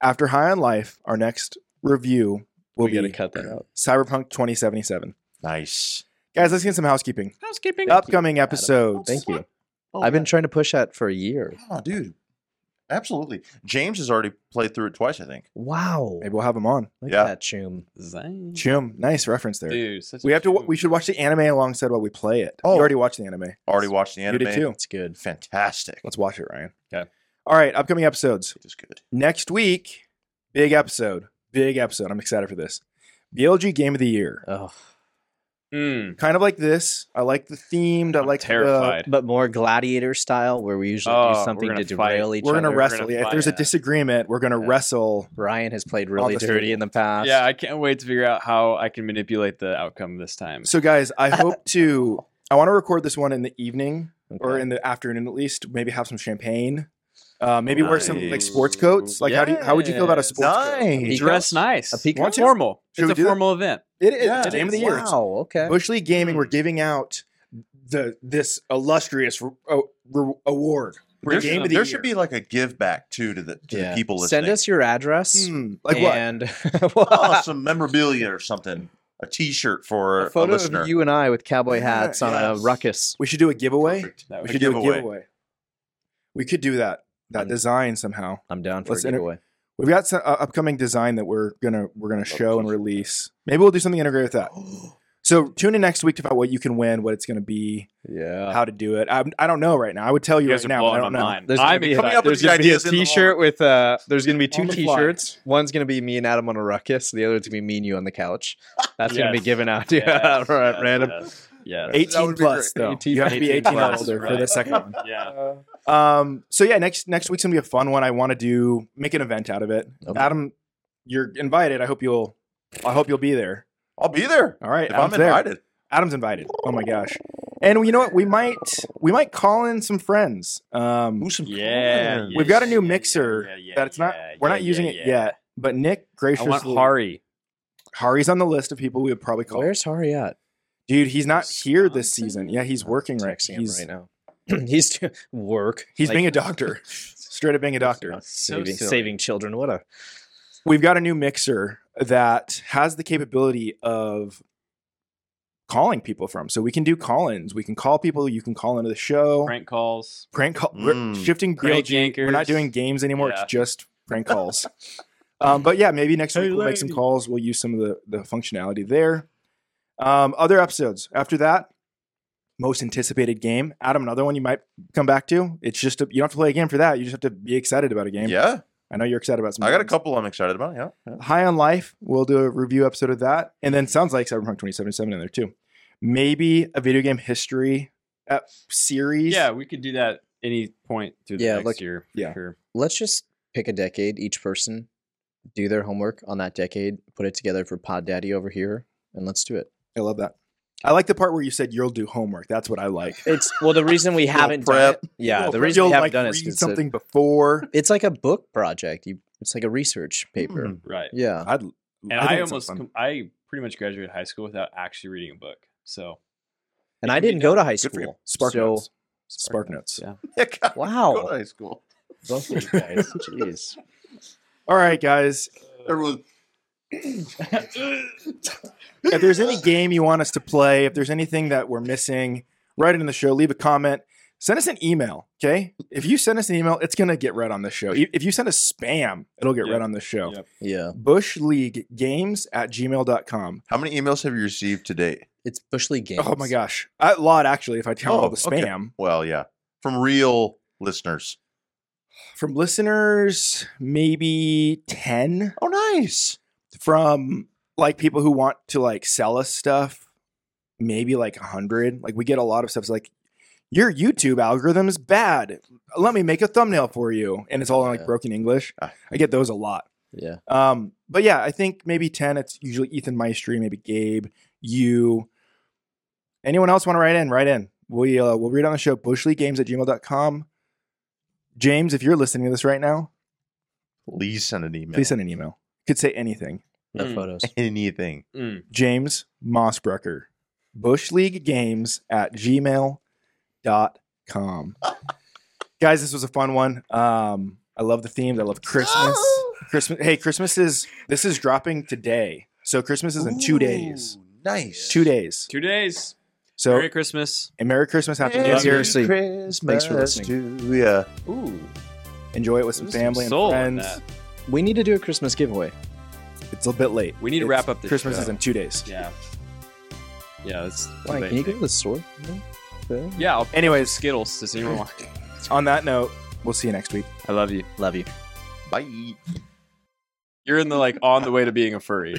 A: after High on Life, our next review will
C: we gotta
A: be
C: cut that out.
A: Cyberpunk 2077.
B: Nice.
A: Guys, let's get some housekeeping.
D: Housekeeping.
A: Upcoming episodes.
C: Thank you.
B: Oh,
C: I've been
B: yeah.
C: trying to push that for a year.
B: Oh, dude. Absolutely. James has already played through it twice, I think.
C: Wow.
A: Maybe we'll have them on.
C: Look
B: Yeah.
C: at that chum.
D: Zang.
A: Chum, nice reference there.
D: Dude, such a
A: We have to.
D: chum.
A: We should watch the anime alongside while we play it.
B: Oh.
A: You already watched the anime.
B: Already watched the
A: You
B: anime.
A: did too.
C: It's good.
B: Fantastic.
A: Let's watch it, Ryan.
D: Okay.
A: All right, upcoming episodes.
B: It is good.
A: Next week, big episode. Big episode. I'm excited for this. BLG game of the year.
C: Oh,
D: Mm,
A: Kind of like this. I like the themed. I
D: I'm
A: like the-
D: terrified.
C: but more gladiator style, where we usually
D: Oh,
C: do
D: we're
C: something
D: gonna
C: to derail each
A: we're
C: other.
A: gonna wrestle.
D: gonna
A: Yeah, if
D: fight
A: there's a
D: it.
A: disagreement, we're gonna
D: Yeah.
A: wrestle.
C: Ryan has played really
A: the
C: dirty in the past.
D: yeah, I can't wait to figure out how I can manipulate the outcome this time.
A: So, guys, I hope to. I want to record this one in the evening or
C: Okay.
A: in the afternoon at least. Maybe have some champagne. Uh, maybe wear some like
D: Nice.
A: sports coats. Like how do you, how would you feel about a
D: Yes.
A: sports coat?
B: Nice.
D: Dress nice.
C: A peacock?
A: Want
D: It's
A: to?
D: formal.
A: Should we
D: it's
A: do
D: a
A: that?
D: formal event.
A: It is
B: Yeah.
A: game of the year. It's
C: Wow. Okay.
A: Bush League Gaming, we're
D: Hmm.
A: giving out the this illustrious re- o- re- award
B: There
A: Game
B: should,
A: of the
B: there
A: year.
B: should be like a give back too to the, to the people listening.
C: Send us your address.
A: Hmm, like what?
C: and
B: oh, some memorabilia or something, a T-shirt for
C: a
B: a,
C: photo
B: listener.
C: of you and I with cowboy hats on a
B: Yes.
C: ruckus.
A: We should do a giveaway.
B: Perfect.
D: That
A: We
D: would-
A: should do a giveaway. We could do that. That
C: Um,
A: design somehow.
C: I'm down for
A: Let's
C: a
A: enter-
C: giveaway.
A: We've got some uh, upcoming design that we're gonna we're gonna show and release. Maybe we'll do something integrated with that. So tune in next week to find out what you can win, what it's gonna be,
C: yeah.
A: how to do it. I, I don't know right now. I would tell you,
D: You guys
A: right
D: are
A: now. but I
D: blowing my
A: don't know.
D: mind.
C: There's gonna
D: I'm
C: be
B: coming
C: a,
D: coming
B: up
D: up.
B: with
C: there's
B: these
C: gonna be a
B: ideas in the
C: T-shirt with uh, there's gonna be two
A: On the fly.
C: T-shirts. One's gonna be me and Adam on a ruckus. The other one's gonna be me and you on the couch. That's gonna be
D: Yes.
C: given out to you
D: Yes,
C: at
D: yes,
C: random.
D: Yes. yes.
B: That
A: 18
B: would be
A: plus
C: great.
A: though.
C: 18
A: you have to be 18 or
D: 18 plus,
A: older for
D: right.
A: the second one.
D: Yeah.
A: Um, so yeah, next next week's gonna be a fun one. I want to do make an event out of it.
C: Okay.
A: Adam, you're invited. I hope you'll I hope you'll be there.
B: I'll be there
A: All right,
B: if
A: Adam's
B: I'm
A: there.
B: invited.
A: Adam's invited. Oh my gosh! And you know what? We might we might call in some friends. Um,
B: Ooh, some
D: Yeah,
B: corn.
A: we've got a
D: yeah,
A: new
D: yeah,
A: mixer
D: yeah, yeah,
A: that it's not
D: yeah,
A: we're
D: yeah,
A: not using
D: yeah,
A: it
D: yeah.
A: yet. But Nick
D: I
A: graciously
D: want Hari.
A: Hari's on the list of people we would probably call.
C: Where's Hari at?
A: Dude, he's not here this
C: Wisconsin?
A: season. Yeah, he's working right.
C: Texting him
A: He's
C: right now. he's t- work.
A: he's
C: like,
A: being a doctor, straight up being a doctor.
C: saving,
D: silly.
C: saving children. What a
A: we've got a new mixer that has the capability of calling people from. So we can do call-ins. We can call people. You can call into the show. Prank,
D: Prank calls.
A: call. We're
B: Mm.
A: shifting
D: Prank
A: BLG. We're not
D: yankers.
A: doing games anymore.
D: Yeah.
A: It's just prank calls. um, but yeah, maybe next
D: Hey,
A: week we'll make some
D: lady.
A: calls. We'll use some of the the functionality there. Um, other episodes after that. Most anticipated game, Adam. Another one you might come back to. It's just a, you don't have to play a game for that. You just have to be excited about a game. Oh.
B: Yeah,
A: I know you're excited about some.
B: I got a
A: games.
B: couple I'm excited about. Yeah, yeah.
A: High on Life, we'll do a review episode of that. And then sounds like Cyberpunk 2077 in there too. Maybe a video game history uh, series.
D: Yeah, we could do that any point through the
C: Yeah,
D: next
C: look-
D: year. for
A: yeah.
D: Sure.
C: let's just pick a decade each person do their homework on that decade put it together for pod daddy over here and let's do it
A: I love that. I like the part where you said you'll do homework. That's what I like.
C: it's well the reason we haven't done
B: prep.
C: it yeah
A: You'll-
C: the reason
A: you'll,
C: we haven't
A: like,
C: done it is
A: read
C: 'cause it-
A: something before.
C: it's like a book project you it's like a research paper
D: Right.
C: yeah
A: I'd,
D: And I,
A: think it sounds
D: almost,
A: fun.
D: com- I pretty much graduated high school without actually reading a book. So
C: and i didn't go to high
B: Good for you.
C: school
A: Spark
C: so
A: Notes. Spark Notes.
D: Yeah.
B: God, go to
C: wow
B: high school.
C: both of you guys jeez
A: All right, guys.
B: Everyone.
A: If there's any game you want us to play, if there's anything that we're missing, write it in the show. Leave a comment. Send us an email, okay? If you send us an email, it's gonna get read on the show. E, If if you send us spam, it'll get
D: Yeah.
A: read on the show.
D: Yeah.
C: yeah
A: bushleaguegames at gmail.com.
B: How many emails have you received to date?
C: it's bushley games
A: Oh my gosh. A lot, actually, if I count all
B: Oh,
A: the
B: okay.
A: spam
B: Well, yeah, from real listeners.
A: from listeners, maybe 10
B: Oh, nice.
A: from like people who want to like sell us stuff, maybe like 100. Like we get a lot of stuff. It's like, your YouTube algorithm is bad. Let me make a thumbnail for you. And it's all in like
C: Yeah.
A: broken English.
B: Ah.
A: I get those a lot.
C: yeah
A: Um, but yeah, I think maybe 10. It's usually Ethan Maestri, maybe Gabe, you. Anyone else want to write in? Write in. We, uh, we'll read on the show, bushleaguegames at gmail.com. James, if you're listening to this right now,
B: Please send an email.
A: please send an email. Could say anything.
C: no
D: Mm.
C: photos
B: anything.
D: Mm.
A: James Mossbrucker, bushleaguegames at gmail.com. Guys, this was a fun one. Um, I love the themes. I love Christmas. Christmas. Hey, Christmas is, this is dropping today. So Christmas is in two days.
B: Ooh, Nice.
A: two days.
D: two days.
A: So
D: Merry Christmas.
A: and Merry Christmas, Happy New Year.
C: Merry Christmas. Seriously.
B: Thanks
C: for listening.
B: Yeah.
D: Ooh,
A: Enjoy it with some
D: There's some
A: family
D: soul in
A: and friends.
C: we need to do a christmas giveaway
A: It's a bit late.
D: we need to
A: It's-
D: wrap up this.
A: Christmas
D: show.
A: is in two days.
D: Yeah. Yeah. That's
C: Ryan, can you go to the store Okay.
D: yeah. I'll
A: Anyways.
D: Skittles. Does anyone want?
A: On that note, we'll see you next week.
D: I love you.
C: love you
B: Bye.
D: You're in the like on the way to being a furry.